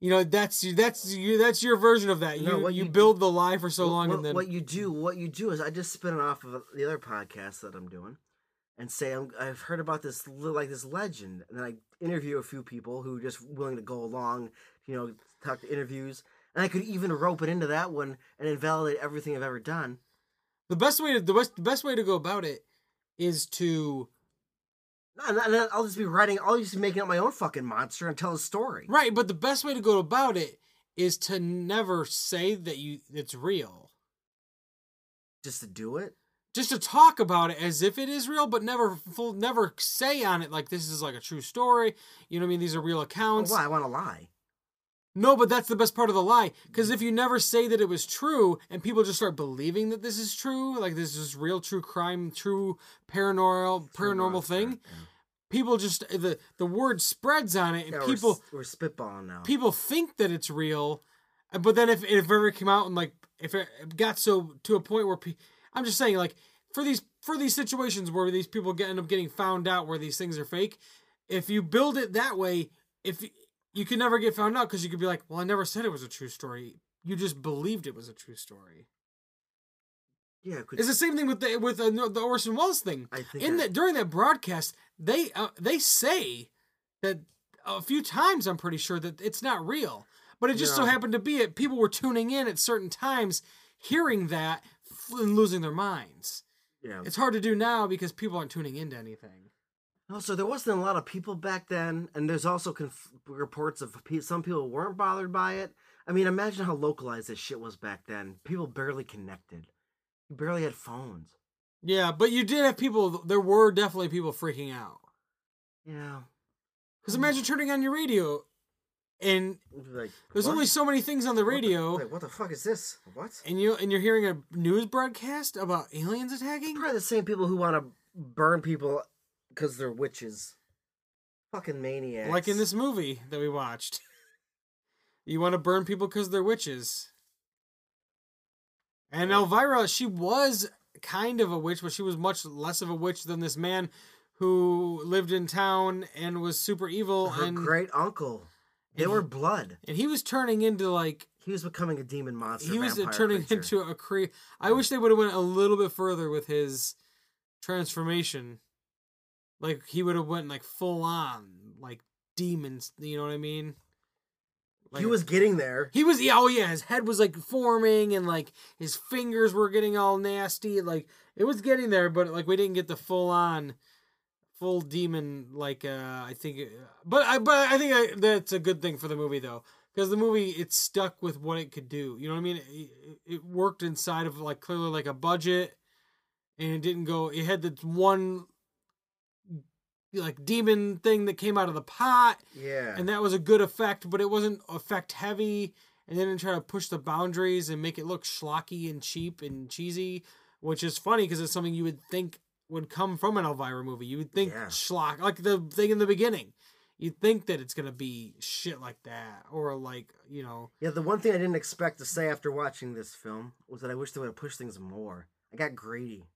Speaker 1: you know that's you that's you that's your version of that you
Speaker 3: No, what
Speaker 1: you
Speaker 3: you-
Speaker 1: build the lie for so
Speaker 3: What-
Speaker 1: long
Speaker 3: what,
Speaker 1: and then
Speaker 3: what you do, what you do is I just spin it off of the other podcast that I'm doing, and say I'm, I've heard about this li- like this legend, and then I interview a few people who are just willing to go along, you know, talk to interviews, and I could even rope it into that one and invalidate everything I've ever done.
Speaker 1: the best way to the best, the best way to go about it is to
Speaker 3: No, no, no, I'll just be writing. I'll just be making up my own fucking monster and tell a story.
Speaker 1: Right, but the best way to go about it is to never say that you it's real.
Speaker 3: Just to do it.
Speaker 1: Just to talk about it as if it is real, but never full, never say on it like this is like a true story. You know what I mean? These are real
Speaker 3: Well,
Speaker 1: accounts.
Speaker 3: why? I want to lie.
Speaker 1: No, but that's the best part of the lie. Because if you never say that it was true and people just start believing that this is true, like this is real true crime, true paranormal paranormal thing, people just the the word spreads on it and
Speaker 3: Yeah, we're
Speaker 1: people
Speaker 3: s- we're, spitballing now.
Speaker 1: people think that it's real, uh, but then if if it ever came out and like if it got so to a point where pe- I'm just saying like for these for these situations where these people get, end up getting found out where these things are fake, if you build it that way, if you, you can never get found out because you could be like, well, I never said it was a true story. You just believed it was a true story.
Speaker 3: yeah, could,
Speaker 1: It's the same thing with the with uh, the Orson Welles thing.
Speaker 3: I think
Speaker 1: In
Speaker 3: I-
Speaker 1: that during that broadcast, they uh, they say that a few times. I'm pretty sure that it's not real, but it just so
Speaker 3: No.
Speaker 1: happened to be it. People were tuning in at certain times, hearing that f- and losing their minds.
Speaker 3: yeah.
Speaker 1: It's hard to do now because people aren't tuning into anything.
Speaker 3: Also, Oh, there wasn't a lot of people back then, and there's also conf- reports of pe- some people weren't bothered by it. I mean, imagine how localized this shit was back then. People barely connected. You barely had phones.
Speaker 1: Yeah, but you did have people. There were definitely people freaking out.
Speaker 3: Yeah.
Speaker 1: Because imagine turning on your radio, and
Speaker 3: Like,
Speaker 1: there's
Speaker 3: what?
Speaker 1: only so many things on the
Speaker 3: What
Speaker 1: radio.
Speaker 3: like, what the fuck is this? What?
Speaker 1: and you and you're hearing a news broadcast about aliens attacking.
Speaker 3: Probably the same people who want to burn people because they're witches. Fucking maniacs.
Speaker 1: Like in this movie that we watched. you want to burn people because they're witches. And Elvira, she was kind of a witch, but she was much less of a witch than this man who lived in town and was super evil
Speaker 3: Her
Speaker 1: and
Speaker 3: great uncle. They
Speaker 1: and
Speaker 3: were
Speaker 1: he-
Speaker 3: blood.
Speaker 1: and he was turning into like
Speaker 3: He was becoming a demon monster.
Speaker 1: he was uh,
Speaker 3: vampire
Speaker 1: turning
Speaker 3: creature.
Speaker 1: into a cre I wish they would have went a little bit further with his transformation. Like he would have went like full on like demons, you know what I mean?
Speaker 3: he was getting there.
Speaker 1: He was yeah, oh yeah, his head was like forming and like his fingers were getting all nasty. Like it was getting there, but like we didn't get the full on full demon like uh I think but I but I think I, that's a good thing for the movie though. Because the movie it stuck with what it could do. You know what I mean? It, it- it worked inside of like clearly like a budget and it didn't go it had this one like demon thing that came out of the pot
Speaker 3: Yeah.
Speaker 1: and that was a good effect, but it wasn't effect heavy. And they didn't try to push the boundaries and make it look schlocky and cheap and cheesy, which is funny because it's something you would think would come from an Elvira movie. You would think
Speaker 3: Yeah.
Speaker 1: schlock, like the thing in the beginning. You'd think that it's gonna be shit like that, or like you know,
Speaker 3: yeah, the one thing I didn't expect to say after watching this film was that I wish they would have pushed things more. I got greedy.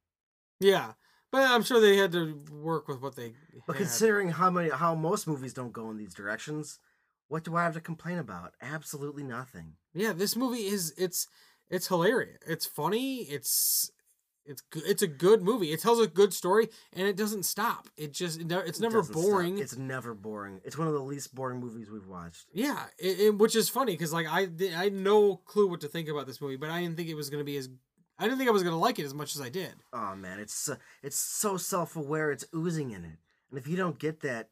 Speaker 1: yeah. But I'm sure they had to work with what they.
Speaker 3: But
Speaker 1: had.
Speaker 3: considering how many how most movies don't go in these directions, what do I have to complain about? Absolutely nothing.
Speaker 1: Yeah, this movie is it's it's hilarious. It's funny. It's it's go- it's a good movie. It tells a good story and it doesn't stop. It just it ne- it's never
Speaker 3: Doesn't stop.
Speaker 1: boring.
Speaker 3: It's never boring. It's one of the least boring movies we've watched.
Speaker 1: yeah, it, it- which is funny because like I di- I had no clue what to think about this movie, but I didn't think it was gonna be as I didn't think I was gonna like it as much as I did.
Speaker 3: Oh man, it's so, it's so self aware. It's oozing in it, and if you don't get that,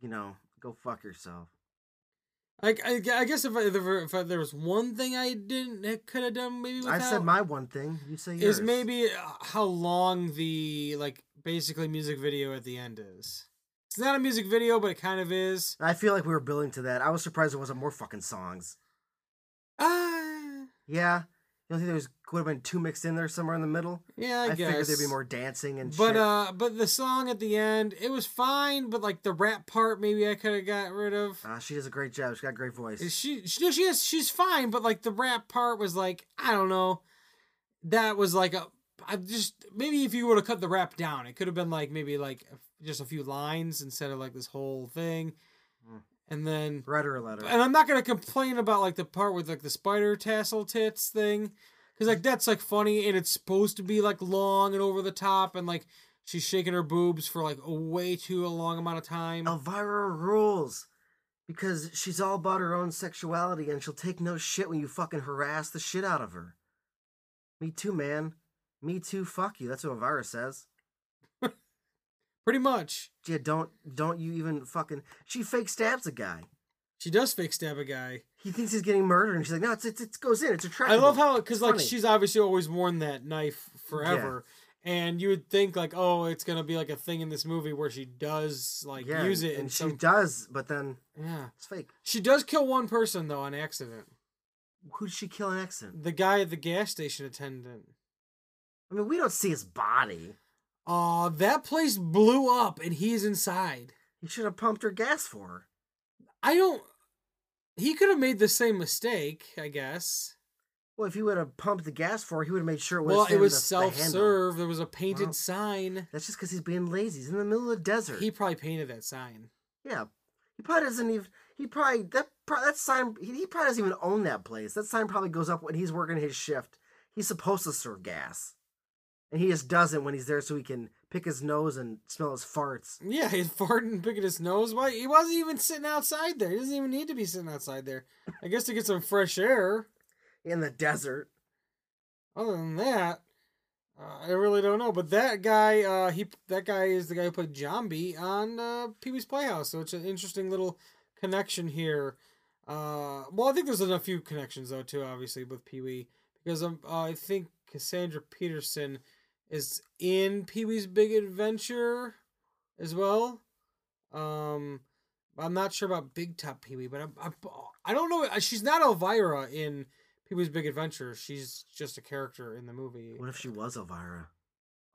Speaker 3: you know, go fuck yourself.
Speaker 1: I, I, gu- I guess if, I, if, I, there was one thing I didn't could have done maybe without,
Speaker 3: I said my one thing. You say yours.
Speaker 1: is maybe uh, how long the like basically music video at the end is. It's not a music video, but it kind of is.
Speaker 3: I feel like we were building to that. I was surprised there wasn't more fucking songs.
Speaker 1: Ah.
Speaker 3: Yeah, you don't think there was could have been two mixed in there somewhere in the middle?
Speaker 1: Yeah, I, guess.
Speaker 3: figured there'd be more dancing and
Speaker 1: But
Speaker 3: shit.
Speaker 1: uh, but the song at the end, it was fine. But like the rap part, maybe I could have got rid of.
Speaker 3: Ah, she does a great job. She got a great voice.
Speaker 1: She she no, she is she's fine. But like the rap part was like I don't know. That was like a I just maybe if you would have cut the rap down, it could have been like maybe like just a few lines instead of like this whole thing.
Speaker 3: Hmm.
Speaker 1: And then
Speaker 3: Write her a letter.
Speaker 1: and I'm not gonna complain about like the part with like the spider tassel tits thing, because like that's like funny and it's supposed to be like long and over the top and like she's shaking her boobs for like a way too a long amount of time.
Speaker 3: Oh. Elvira rules because she's all about her own sexuality and she'll take no shit when you fucking harass the shit out of her. Me too, man. Me too, fuck you. That's what Elvira says.
Speaker 1: Pretty much.
Speaker 3: Yeah, don't don't you even fucking. She fake stabs a guy.
Speaker 1: She does fake stab a guy.
Speaker 3: He thinks he's getting murdered, and she's like, "No, it's it's it goes in. It's a trap."
Speaker 1: I love how because like
Speaker 3: funny.
Speaker 1: she's obviously always worn that knife forever, and you would think like, oh, it's gonna be like a thing in this movie where she does like
Speaker 3: yeah,
Speaker 1: use
Speaker 3: and-
Speaker 1: it in
Speaker 3: and she
Speaker 1: some.
Speaker 3: does, but then
Speaker 1: yeah,
Speaker 3: it's fake.
Speaker 1: she does kill one person though on accident.
Speaker 3: Who did she kill in accident?
Speaker 1: The guy at the gas station attendant.
Speaker 3: I mean, we don't see his body.
Speaker 1: Uh, that place blew up and he's inside.
Speaker 3: He should have pumped her gas for her.
Speaker 1: I don't. He could have made the same mistake, I guess.
Speaker 3: Well, if he would have pumped the gas for her, he would have made sure. It
Speaker 1: Well, it was
Speaker 3: self
Speaker 1: self serve. There was a painted
Speaker 3: Well,
Speaker 1: sign.
Speaker 3: That's just because he's being lazy. He's in the middle of the desert.
Speaker 1: He probably painted that sign.
Speaker 3: yeah, he probably doesn't even. He probably that pro- that sign. He, he probably doesn't even own that place. That sign probably goes up when he's working his shift. He's supposed to serve gas, and he just doesn't when he's there, so he can pick his nose and smell his farts.
Speaker 1: Yeah, he's farting and picking his nose. Why he wasn't even sitting outside there. He doesn't even need to be sitting outside there. I guess to get some fresh air.
Speaker 3: in the desert.
Speaker 1: Other than that, uh, I really don't know. But that guy, uh, he that guy is the guy who played Jambi on uh, Pee Wee's Playhouse. So it's an interesting little connection here. Uh, well, I think there's a few connections though too, obviously with Pee Wee because um, uh, I think Cassandra Peterson is in Pee Wee's Big Adventure as well. Um, I'm not sure about Big Top Pee Wee, but I'm, I'm I don't know. uh, She's not Elvira in Pee Wee's Big Adventure. She's just a character in the movie.
Speaker 3: What if she was Elvira?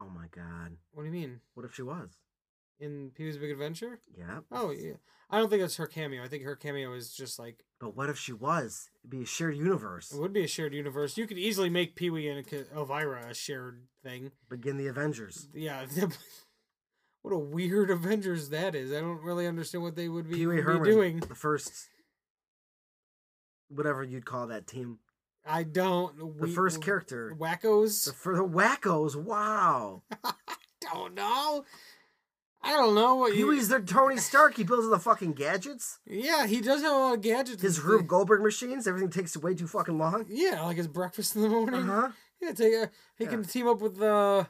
Speaker 3: Oh my god.
Speaker 1: What do you mean
Speaker 3: What if she was?
Speaker 1: in Pee Wee's Big Adventure?
Speaker 3: Yeah.
Speaker 1: Oh yeah, I don't think that's her cameo. I think her cameo is just like
Speaker 3: But what if she was? It'd be a shared universe.
Speaker 1: it would be a shared universe. You could easily make Pee Wee and Elvira a shared thing.
Speaker 3: Begin the Avengers.
Speaker 1: Yeah. What a weird Avengers that is! I don't really understand what they would be,
Speaker 3: Pee Wee
Speaker 1: be
Speaker 3: Herman,
Speaker 1: doing.
Speaker 3: the first, whatever you'd call that team,
Speaker 1: I don't.
Speaker 3: the
Speaker 1: we-
Speaker 3: first character,
Speaker 1: Wackos.
Speaker 3: the, for the wackos. Wow,
Speaker 1: Oh, don't know. I don't know what
Speaker 3: Pee
Speaker 1: you.
Speaker 3: Wee's their Tony Stark. He builds all the fucking gadgets.
Speaker 1: Yeah, he does have a lot of gadgets.
Speaker 3: His
Speaker 1: and
Speaker 3: Rube
Speaker 1: thi-
Speaker 3: Goldberg machines. Everything takes way too fucking long.
Speaker 1: Yeah, like his breakfast in the morning.
Speaker 3: Uh huh.
Speaker 1: Yeah, take a, he
Speaker 3: Yeah.
Speaker 1: can team up with uh,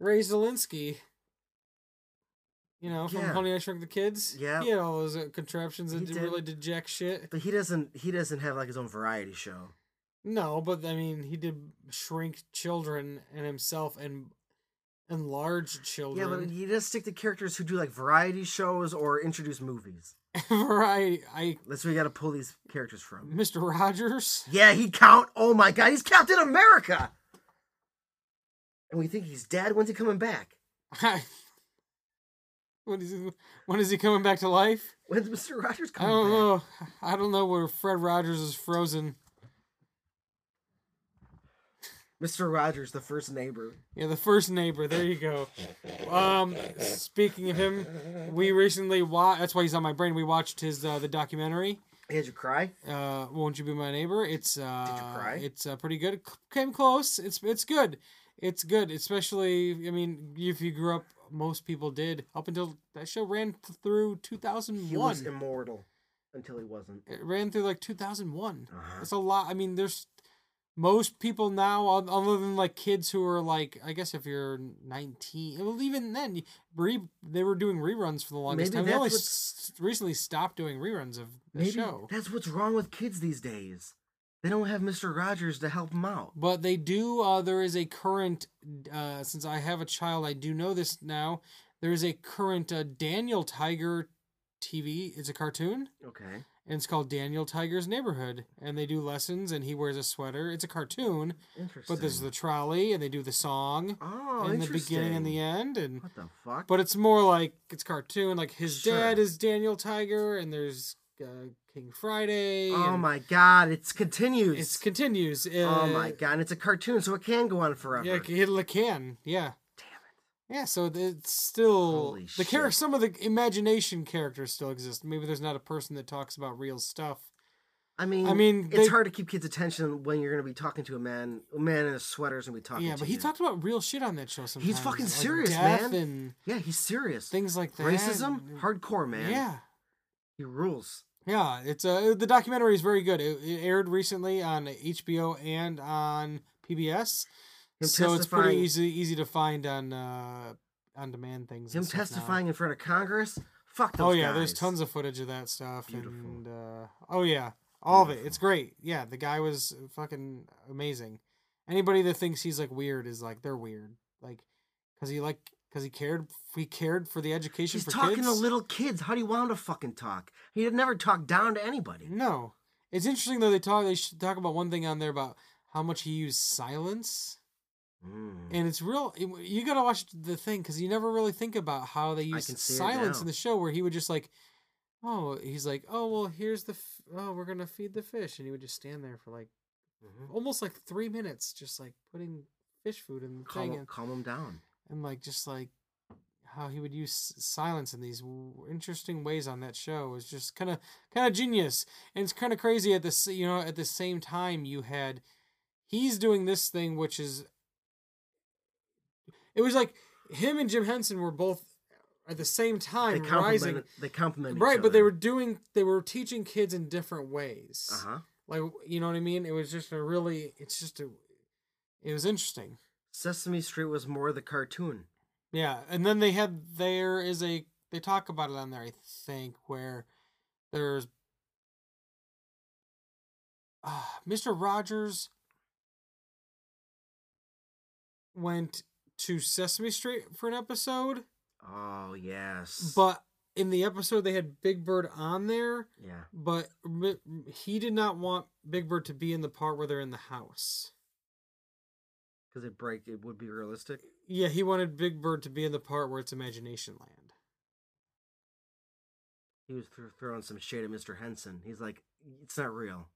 Speaker 1: Ray Zelinsky. You know, from
Speaker 3: Yeah.
Speaker 1: Honey I Shrunk the Kids.
Speaker 3: Yeah.
Speaker 1: he had all those uh, contraptions
Speaker 3: He
Speaker 1: that did.
Speaker 3: did.
Speaker 1: really did jack shit.
Speaker 3: But he doesn't. He doesn't have like his own variety show.
Speaker 1: No, but I mean, he did shrink children and himself and enlarge
Speaker 3: Yeah, but
Speaker 1: children.
Speaker 3: he does stick to characters who do like variety shows or introduce movies.
Speaker 1: Variety. I,
Speaker 3: That's where you got to pull these characters from.
Speaker 1: Mr. Rogers.
Speaker 3: Yeah, he count. Oh my god, he's Captain America. And we think he's dead. When's he coming back?
Speaker 1: when is he, when is he coming back to life?
Speaker 3: When's Mister Rogers
Speaker 1: I
Speaker 3: coming
Speaker 1: don't
Speaker 3: back?
Speaker 1: know. I don't know where Fred Rogers is frozen.
Speaker 3: Mister Rogers, the first neighbor.
Speaker 1: Yeah, the first neighbor. There you go. Um, speaking of him, we recently watched. That's why he's on my brain. We watched his uh, the documentary.
Speaker 3: Hey, Did you cry?
Speaker 1: Uh, won't you be my neighbor? It's uh,
Speaker 3: cry?
Speaker 1: It's uh, pretty good. It c- came close. It's it's good. It's good, especially. I mean, if you grew up, most people did up until that show ran th- through two thousand
Speaker 3: He
Speaker 1: one.
Speaker 3: was immortal until he wasn't.
Speaker 1: It ran through like two thousand one.
Speaker 3: Uh-huh.
Speaker 1: That's a lot. I mean, there's most people now, oth- other than like kids who are like, I guess if you're 19, well, even then, you- re, they were doing reruns for the longest
Speaker 3: Maybe
Speaker 1: time. They
Speaker 3: that's
Speaker 1: only s-
Speaker 3: what's-
Speaker 1: recently stopped doing reruns of the
Speaker 3: Maybe
Speaker 1: show.
Speaker 3: that's what's wrong with kids these days. They don't have Mister Rogers to help them out.
Speaker 1: But they do, uh, there is a current, uh, since I have a child, I do know this now. There is a current uh, Daniel Tiger TV. It's a cartoon.
Speaker 3: Okay.
Speaker 1: And it's called Daniel Tiger's Neighborhood. And they do lessons, and he wears a sweater. It's a cartoon.
Speaker 3: Interesting.
Speaker 1: But there's the trolley, and they do the song
Speaker 3: oh,
Speaker 1: in the beginning and the end,
Speaker 3: interesting.
Speaker 1: and
Speaker 3: What the fuck?
Speaker 1: but it's more like it's cartoon. Like his
Speaker 3: Sure.
Speaker 1: dad is Daniel Tiger, and there's uh, King Friday.
Speaker 3: oh
Speaker 1: and
Speaker 3: my god, it's continues.
Speaker 1: It continues.
Speaker 3: Oh
Speaker 1: uh,
Speaker 3: my god, and it's a cartoon, so it can go on forever.
Speaker 1: Yeah, it can. Yeah.
Speaker 3: Damn it.
Speaker 1: Yeah, so th- it's still
Speaker 3: Holy
Speaker 1: the char-
Speaker 3: shit.
Speaker 1: Some of the imagination characters still exist. Maybe there's not a person that talks about real stuff.
Speaker 3: I mean,
Speaker 1: I mean,
Speaker 3: it's
Speaker 1: they-
Speaker 3: hard to keep kids' attention when you're going to be talking to a man, a man in a sweater's going to be talking.
Speaker 1: yeah,
Speaker 3: to
Speaker 1: but he
Speaker 3: you.
Speaker 1: talked about real shit on that show. Sometimes
Speaker 3: fucking
Speaker 1: like
Speaker 3: serious,
Speaker 1: death
Speaker 3: man.
Speaker 1: and
Speaker 3: Yeah, he's serious.
Speaker 1: things like that.
Speaker 3: Racism, hardcore man.
Speaker 1: Yeah.
Speaker 3: he rules.
Speaker 1: Yeah, it's uh the documentary is very good. It, it aired recently on HBO and on PBS,
Speaker 3: Him
Speaker 1: so it's pretty
Speaker 3: testifying-
Speaker 1: easy easy to find on uh, on demand things.
Speaker 3: Him
Speaker 1: and stuff now.
Speaker 3: testifying in front of Congress. Fuck those
Speaker 1: Oh yeah, there's
Speaker 3: guys.
Speaker 1: tons of footage of that stuff.
Speaker 3: Beautiful.
Speaker 1: And uh, oh yeah, all of it. It's great. Yeah, the guy was fucking amazing. Anybody that thinks he's like weird is like they're weird. Like, cause he like cause he cared he cared for the education
Speaker 3: He's
Speaker 1: for
Speaker 3: talking
Speaker 1: kids.
Speaker 3: to little kids. How do you want him to fucking talk? He would never talk down to anybody.
Speaker 1: No, it's interesting though. They talk they should talk about one thing on there about how much he used silence.
Speaker 3: Mm.
Speaker 1: and it's real you gotta watch the thing because you never really think about how they use
Speaker 3: can see it
Speaker 1: silence
Speaker 3: now.
Speaker 1: in the show where he would just like oh he's like oh well here's the f- oh we're gonna feed the fish and he would just stand there for like almost like three minutes just like putting fish food in the
Speaker 3: Calm,
Speaker 1: thing
Speaker 3: him,
Speaker 1: and,
Speaker 3: calm him down.
Speaker 1: and like just like how he would use s- silence in these w- interesting ways on that show is just kind of kind of genius and it's kind of crazy at this you know at the same time you had he's doing this thing which is it was like him and jim henson were both at the same
Speaker 3: They
Speaker 1: time rising
Speaker 3: compliment. They compliment.
Speaker 1: right but they were doing they were teaching kids in different ways
Speaker 3: Uh huh.
Speaker 1: like you know what i mean it was just a really it's just a it was interesting
Speaker 3: Sesame Street was more the cartoon.
Speaker 1: Yeah, and then they had there is a they talk about it on there I think where there's uh, Mr. Rogers went to Sesame Street for an episode,
Speaker 3: Oh yes.
Speaker 1: but in the episode they had Big Bird on there,
Speaker 3: yeah.
Speaker 1: but m- m- he did not want Big Bird to be in the part where they're in the house.
Speaker 3: Because it break. It would be realistic.
Speaker 1: Yeah, he wanted Big Bird to be in the part where it's Imagination Land.
Speaker 3: He was th- throwing some shade at Mr. Henson. He's like, it's not real.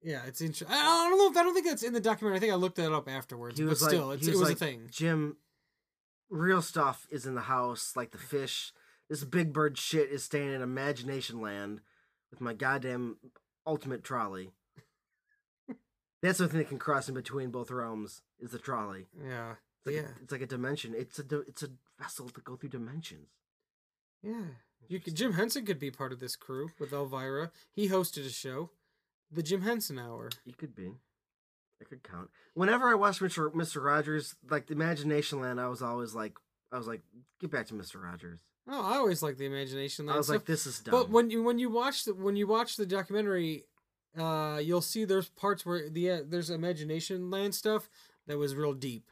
Speaker 1: Yeah, it's interesting. I I don't know. If, I don't think that's in the documentary. I think I looked that up afterwards.
Speaker 3: He
Speaker 1: But
Speaker 3: was like,
Speaker 1: still, it's,
Speaker 3: he
Speaker 1: it was
Speaker 3: like,
Speaker 1: a thing.
Speaker 3: Jim, real stuff is in the house, like the fish. This big bird shit is staying in imagination land with my goddamn ultimate trolley. That's the thing that can cross in between both realms is the trolley.
Speaker 1: Yeah,
Speaker 3: It's like,
Speaker 1: yeah,
Speaker 3: a, it's like a dimension. It's a di- it's a vessel to go through dimensions.
Speaker 1: yeah. You could, Jim Henson could be part of this crew with Elvira. He hosted a show, the Jim Henson Hour.
Speaker 3: You could be. I could count. Whenever I watched Mr. Mr. Rogers, like the Imagination Land, I was always like, I was like, get back to Mr. Rogers.
Speaker 1: Oh, I always liked the Imagination Land.
Speaker 3: I was
Speaker 1: stuff.
Speaker 3: like, this is dumb.
Speaker 1: but when you when you watch the when you watch the documentary, uh, you'll see there's parts where the uh, there's Imagination Land stuff that was real deep.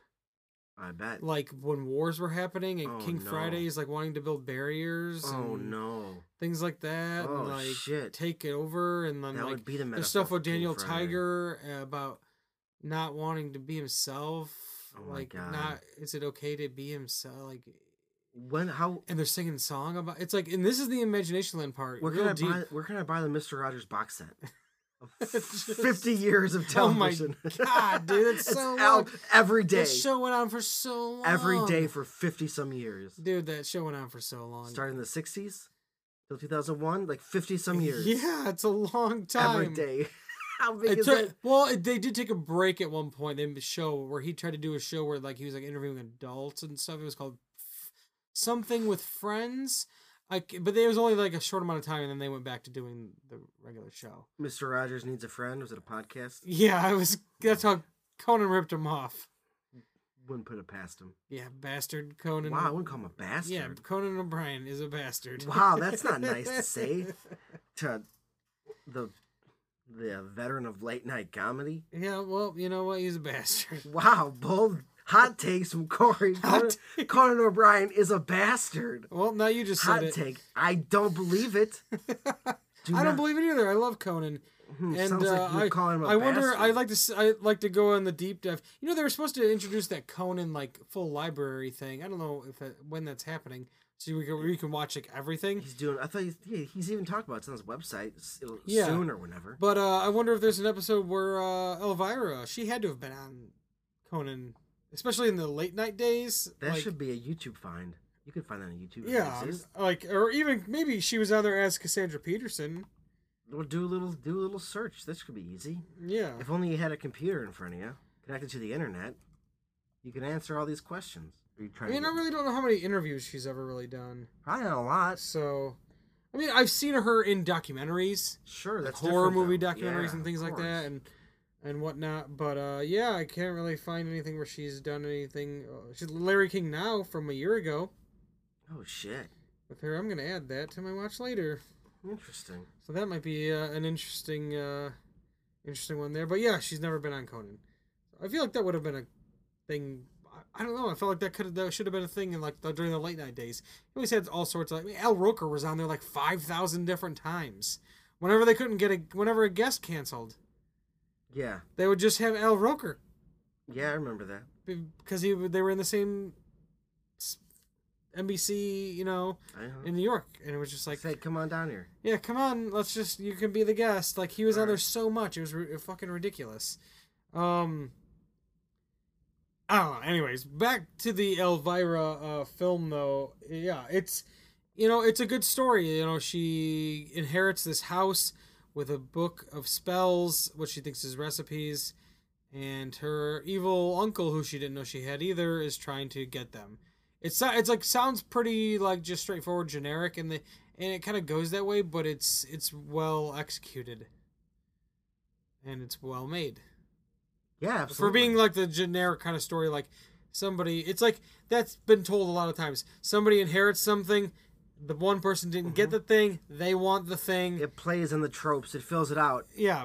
Speaker 3: I bet.
Speaker 1: Like when wars were happening and
Speaker 3: Oh,
Speaker 1: King
Speaker 3: no.
Speaker 1: Friday is like wanting to build barriers.
Speaker 3: Oh
Speaker 1: and-
Speaker 3: no.
Speaker 1: things like that.
Speaker 3: Oh,
Speaker 1: and like
Speaker 3: shit.
Speaker 1: Take it over, and then
Speaker 3: That
Speaker 1: like
Speaker 3: would be the metaphor.
Speaker 1: there's stuff with
Speaker 3: for King
Speaker 1: Daniel
Speaker 3: Friday.
Speaker 1: Tiger uh, about not wanting to be himself.
Speaker 3: Oh my
Speaker 1: like,
Speaker 3: God.
Speaker 1: not is it okay to be himself? Like,
Speaker 3: When how
Speaker 1: and they're singing a song about it's like, and this is the imagination land part.
Speaker 3: where
Speaker 1: real
Speaker 3: can I
Speaker 1: deep.
Speaker 3: buy where can I buy the Mister Rogers box set? Of
Speaker 1: Just-
Speaker 3: Fifty years of
Speaker 1: Oh my
Speaker 3: television.
Speaker 1: God, dude, it's so
Speaker 3: out
Speaker 1: long.
Speaker 3: every day.
Speaker 1: That show went on for so long.
Speaker 3: Every day for fifty some years.
Speaker 1: dude. That show went on for so long.
Speaker 3: Starting in the sixties till two thousand one, like fifty some years.
Speaker 1: Yeah, it's a long time.
Speaker 3: Every day. how big
Speaker 1: It
Speaker 3: is
Speaker 1: took,
Speaker 3: that?
Speaker 1: well, it, they did take a break at one point. They made a show where he tried to do a show where like he was like interviewing adults and stuff. It was called F- something with friends. Like, but it was only like a short amount of time, and then they went back to doing the regular show.
Speaker 3: Mister Rogers needs a friend. Was it a podcast?
Speaker 1: Yeah, it was. That's how Conan ripped him off.
Speaker 3: Wouldn't put it past him.
Speaker 1: Yeah, bastard Conan.
Speaker 3: Wow, I wouldn't call him a
Speaker 1: yeah,
Speaker 3: bastard.
Speaker 1: Conan O'Brien is a bastard.
Speaker 3: Wow, that's not nice to say to the the veteran of late night comedy.
Speaker 1: Yeah, well, you know what? He's a bastard.
Speaker 3: Wow, bold hot takes from Corey. Conan,
Speaker 1: Hot take.
Speaker 3: Conan O'Brien is a bastard.
Speaker 1: Well, now you just said
Speaker 3: Hot
Speaker 1: it.
Speaker 3: take. I don't believe it. Do
Speaker 1: I don't
Speaker 3: not-
Speaker 1: believe it either. I love Conan.
Speaker 3: Hmm,
Speaker 1: and
Speaker 3: sounds
Speaker 1: uh,
Speaker 3: like you're
Speaker 1: I,
Speaker 3: calling him a
Speaker 1: I wonder.
Speaker 3: bastard.
Speaker 1: I like to. s- I like to go on the deep dive. You know, they were supposed to introduce that Conan like full library thing. I don't know if that, when that's happening. So we can we can watch like everything.
Speaker 3: He's doing. I thought he's, yeah, he's even talked about it. It's on his website s- it'll-
Speaker 1: Yeah.
Speaker 3: soon or whenever.
Speaker 1: But uh, I wonder if there's an episode where uh, Elvira she had to have been on Conan, especially in the late night days.
Speaker 3: That
Speaker 1: like,
Speaker 3: should be a YouTube find. You can find that on YouTube. if it
Speaker 1: yeah,
Speaker 3: exists.
Speaker 1: like or even maybe she was on there as Cassandra Peterson.
Speaker 3: We'll do a little do a little search. This could be easy.
Speaker 1: Yeah,
Speaker 3: If only you had a computer in front of you, connected to the internet, you could answer all these questions. Are you
Speaker 1: I
Speaker 3: trying
Speaker 1: mean,
Speaker 3: to
Speaker 1: I
Speaker 3: get-
Speaker 1: really don't know how many interviews she's ever really done.
Speaker 3: probably not a lot.
Speaker 1: So, I mean, I've seen her in documentaries.
Speaker 3: Sure,
Speaker 1: like
Speaker 3: that's
Speaker 1: horror
Speaker 3: different,
Speaker 1: movie
Speaker 3: though.
Speaker 1: documentaries
Speaker 3: Yeah,
Speaker 1: and things
Speaker 3: of
Speaker 1: like
Speaker 3: course.
Speaker 1: that and and whatnot but uh yeah i can't really find anything where she's done anything uh, she's larry king now from a year ago
Speaker 3: Oh shit.
Speaker 1: But here, I'm gonna add that to my watch later.
Speaker 3: Interesting.
Speaker 1: So that might be uh, an interesting, uh, interesting one there. But yeah, she's never been on Conan. I feel like that would have been a thing. I- I don't know. I felt like that could have that should have been a thing in like the, during the late night days. He always had all sorts of. I mean, Al Roker was on there like five thousand different times. Whenever they couldn't get a whenever a guest canceled,
Speaker 3: Yeah.
Speaker 1: they would just have Al Roker
Speaker 3: Yeah, I remember that.
Speaker 1: because he they were in the same s- NBC, you know,
Speaker 3: I know.
Speaker 1: in New York, and it was just like
Speaker 3: Say, come on down here.
Speaker 1: Yeah, come on. Let's just you can be the guest. Like he was on
Speaker 3: Alright.
Speaker 1: there so much, it was ri fucking ridiculous. Um, I don't know. Anyways, back to the Elvira uh, film though. Yeah, it's you know it's a good story. You know she inherits this house with a book of spells, what she thinks is recipes, and her evil uncle, who she didn't know she had either, is trying to get them. It's so- it's like sounds pretty like just straightforward, generic, and the and it kind of goes that way, but it's it's well executed, and it's well made
Speaker 3: Yeah,
Speaker 1: for
Speaker 3: absolutely.
Speaker 1: being like the generic kind of story. Like somebody, it's like that's been told a lot of times. Somebody inherits something, the one person didn't get the thing, they want the thing.
Speaker 3: it plays in the tropes. It fills it out.
Speaker 1: Yeah,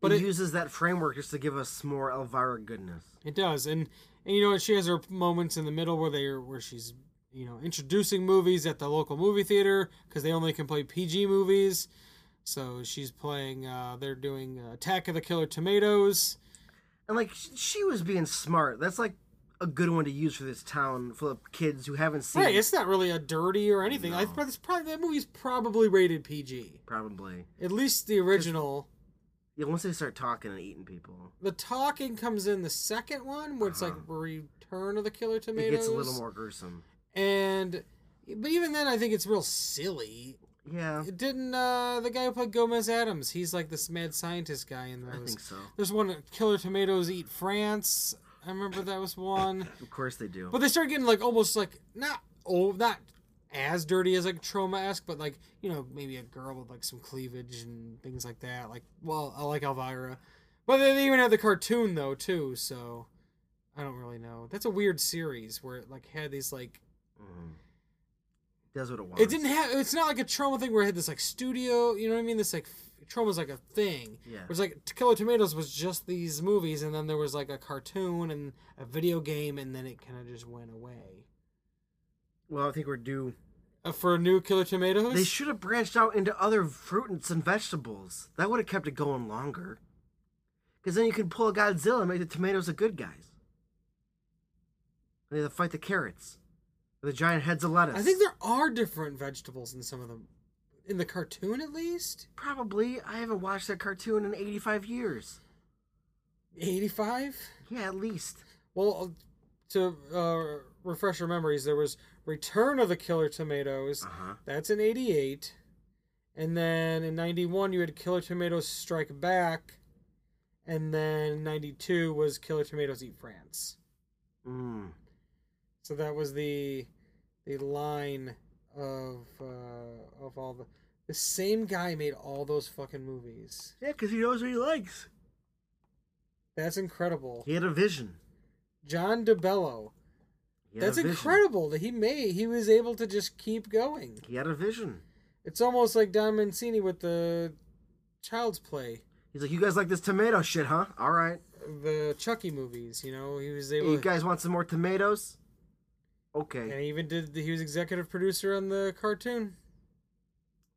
Speaker 3: But
Speaker 1: but it,
Speaker 3: it, uses that framework just to give us more Elvira goodness.
Speaker 1: It does, and and you know she has her moments in the middle where they are where she's you know introducing movies at the local movie theater because they only can play PG movies. So she's playing. Uh, they're doing uh, Attack of the Killer Tomatoes.
Speaker 3: And like sh- she was being smart. That's like a good one to use for this town full of kids who haven't seen
Speaker 1: Right, it's not really a dirty or anything. I, but it's probably that movie's probably rated PG.
Speaker 3: probably.
Speaker 1: At least the original.
Speaker 3: Yeah, once they start talking and eating people,
Speaker 1: The talking comes in the second one, where it's like Return of the Killer Tomatoes.
Speaker 3: it gets a little more gruesome.
Speaker 1: And but even then, I think it's real silly.
Speaker 3: Yeah,
Speaker 1: It Didn't uh, the guy who played Gomez Adams? He's like this mad scientist guy in those.
Speaker 3: I think so.
Speaker 1: There's one Killer Tomatoes Eat France. I remember that was one.
Speaker 3: Of course they do.
Speaker 1: But they start getting like almost like not oh not as dirty as like trauma esque, but like you know maybe a girl with like some cleavage and things like that. Like well, I like Elvira, but they, they even have the cartoon though too. So I don't really know. That's a weird series where it like had these like
Speaker 3: Mhm. Does what it wants.
Speaker 1: it didn't have. It's not like a trauma thing where it had this like studio. You know what I mean? This like f- trauma's like a thing.
Speaker 3: Yeah.
Speaker 1: It was like T- Killer Tomatoes was just these movies, and then there was like a cartoon and a video game, and then it kind of just went away.
Speaker 3: Well, I think we're due.
Speaker 1: Uh, for new Killer Tomatoes,
Speaker 3: They should have branched out into other fruits and vegetables. That would have kept it going longer. Because then you could pull a Godzilla and make the tomatoes the good guys. And they have to fight the carrots. Or the giant heads of lettuce.
Speaker 1: I think there are different vegetables in some of them. In the cartoon, at least
Speaker 3: Probably. I haven't watched that cartoon in 85 years.
Speaker 1: eighty-five.
Speaker 3: Yeah, at least.
Speaker 1: Well, to uh, refresh your memories, there was Return of the Killer Tomatoes.
Speaker 3: huh.
Speaker 1: That's in 88. And then in 91, you had Killer Tomatoes Strike Back. And then 92 was Killer Tomatoes Eat France.
Speaker 3: Mm.
Speaker 1: So that was the the line of uh, of all the the same guy made all those fucking movies.
Speaker 3: Yeah, because he knows what he likes.
Speaker 1: That's incredible.
Speaker 3: He had a vision.
Speaker 1: John DeBello.
Speaker 3: He had
Speaker 1: That's
Speaker 3: a vision.
Speaker 1: incredible that he made. He was able to just keep going.
Speaker 3: He had a vision.
Speaker 1: It's almost like Don Mancini with the Child's Play.
Speaker 3: He's like, you guys like this tomato shit, huh? All right.
Speaker 1: the Chucky movies. You know, he was
Speaker 3: Hey,
Speaker 1: able.
Speaker 3: you
Speaker 1: to-
Speaker 3: guys want some more tomatoes? Okay.
Speaker 1: and he even did. The, he was executive producer on the cartoon.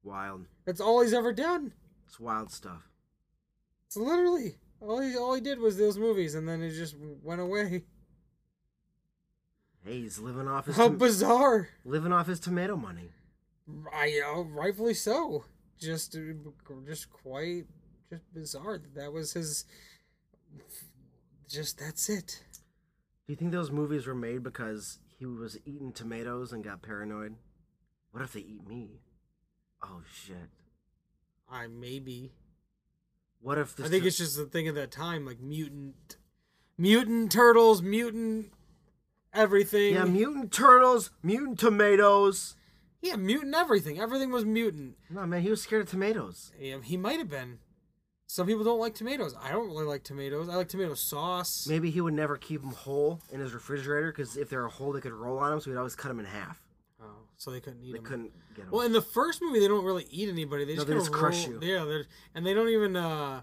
Speaker 3: Wild.
Speaker 1: That's all he's ever done.
Speaker 3: It's wild stuff.
Speaker 1: It's literally all he all he did was those movies, and then it just went away.
Speaker 3: Hey, he's living off his
Speaker 1: How
Speaker 3: tom-
Speaker 1: bizarre!
Speaker 3: living off his tomato money.
Speaker 1: I uh, rightfully so. Just uh, just quite just bizarre. that That was his. Just that's it.
Speaker 3: Do you think those movies were made because he was eating tomatoes and got paranoid? What if they eat me? Oh shit.
Speaker 1: I maybe.
Speaker 3: What if this
Speaker 1: I think
Speaker 3: tur-
Speaker 1: it's just the thing of that time, like mutant, mutant turtles, mutant everything.
Speaker 3: Yeah, mutant turtles, mutant tomatoes.
Speaker 1: Yeah, mutant everything. Everything was mutant.
Speaker 3: No man, he was scared of tomatoes.
Speaker 1: Yeah, he might have been. Some people don't like tomatoes. I don't really like tomatoes. I like tomato sauce.
Speaker 3: Maybe he would never keep them whole in his refrigerator because if they're whole, they could roll on him, so he'd always cut them in half.
Speaker 1: Oh, so they couldn't eat
Speaker 3: They
Speaker 1: them.
Speaker 3: couldn't get him.
Speaker 1: Well, in the first movie, they don't really eat anybody. They
Speaker 3: No,
Speaker 1: just,
Speaker 3: they
Speaker 1: kinda
Speaker 3: just crush
Speaker 1: roll-
Speaker 3: you.
Speaker 1: Yeah, they're, and they don't even uh,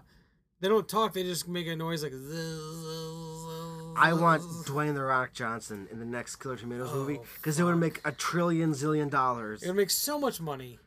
Speaker 1: they don't talk. They just make a noise like. "Zzz."
Speaker 3: I want Dwayne the Rock Johnson in the next Killer Tomatoes
Speaker 1: Oh,
Speaker 3: movie because it would make a trillion zillion dollars.
Speaker 1: It would make so much money.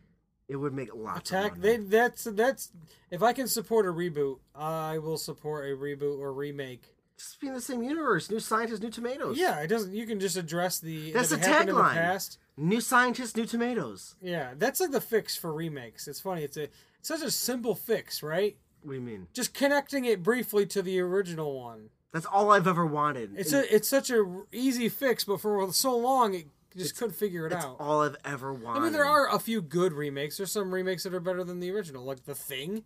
Speaker 3: It would make lots
Speaker 1: Attack.
Speaker 3: of
Speaker 1: They
Speaker 3: money.
Speaker 1: that's that's if I can support a reboot, I will support a reboot or remake.
Speaker 3: Just be in the same universe. New scientists, new tomatoes.
Speaker 1: Yeah, it doesn't. You can just address the
Speaker 3: That's
Speaker 1: that
Speaker 3: the
Speaker 1: it happened in the
Speaker 3: tagline.
Speaker 1: past.
Speaker 3: New scientists, new tomatoes.
Speaker 1: Yeah, that's like the fix for remakes. It's funny. It's a it's such a simple fix, right?
Speaker 3: What do you mean?
Speaker 1: Just connecting it briefly to the original one.
Speaker 3: That's all I've ever wanted.
Speaker 1: It's
Speaker 3: And
Speaker 1: a it's such a r- easy fix, but for so long it just couldn't figure it
Speaker 3: it's
Speaker 1: out.
Speaker 3: all I've ever wanted.
Speaker 1: I mean, there are a few good remakes. There's some remakes that are better than the original, like The Thing.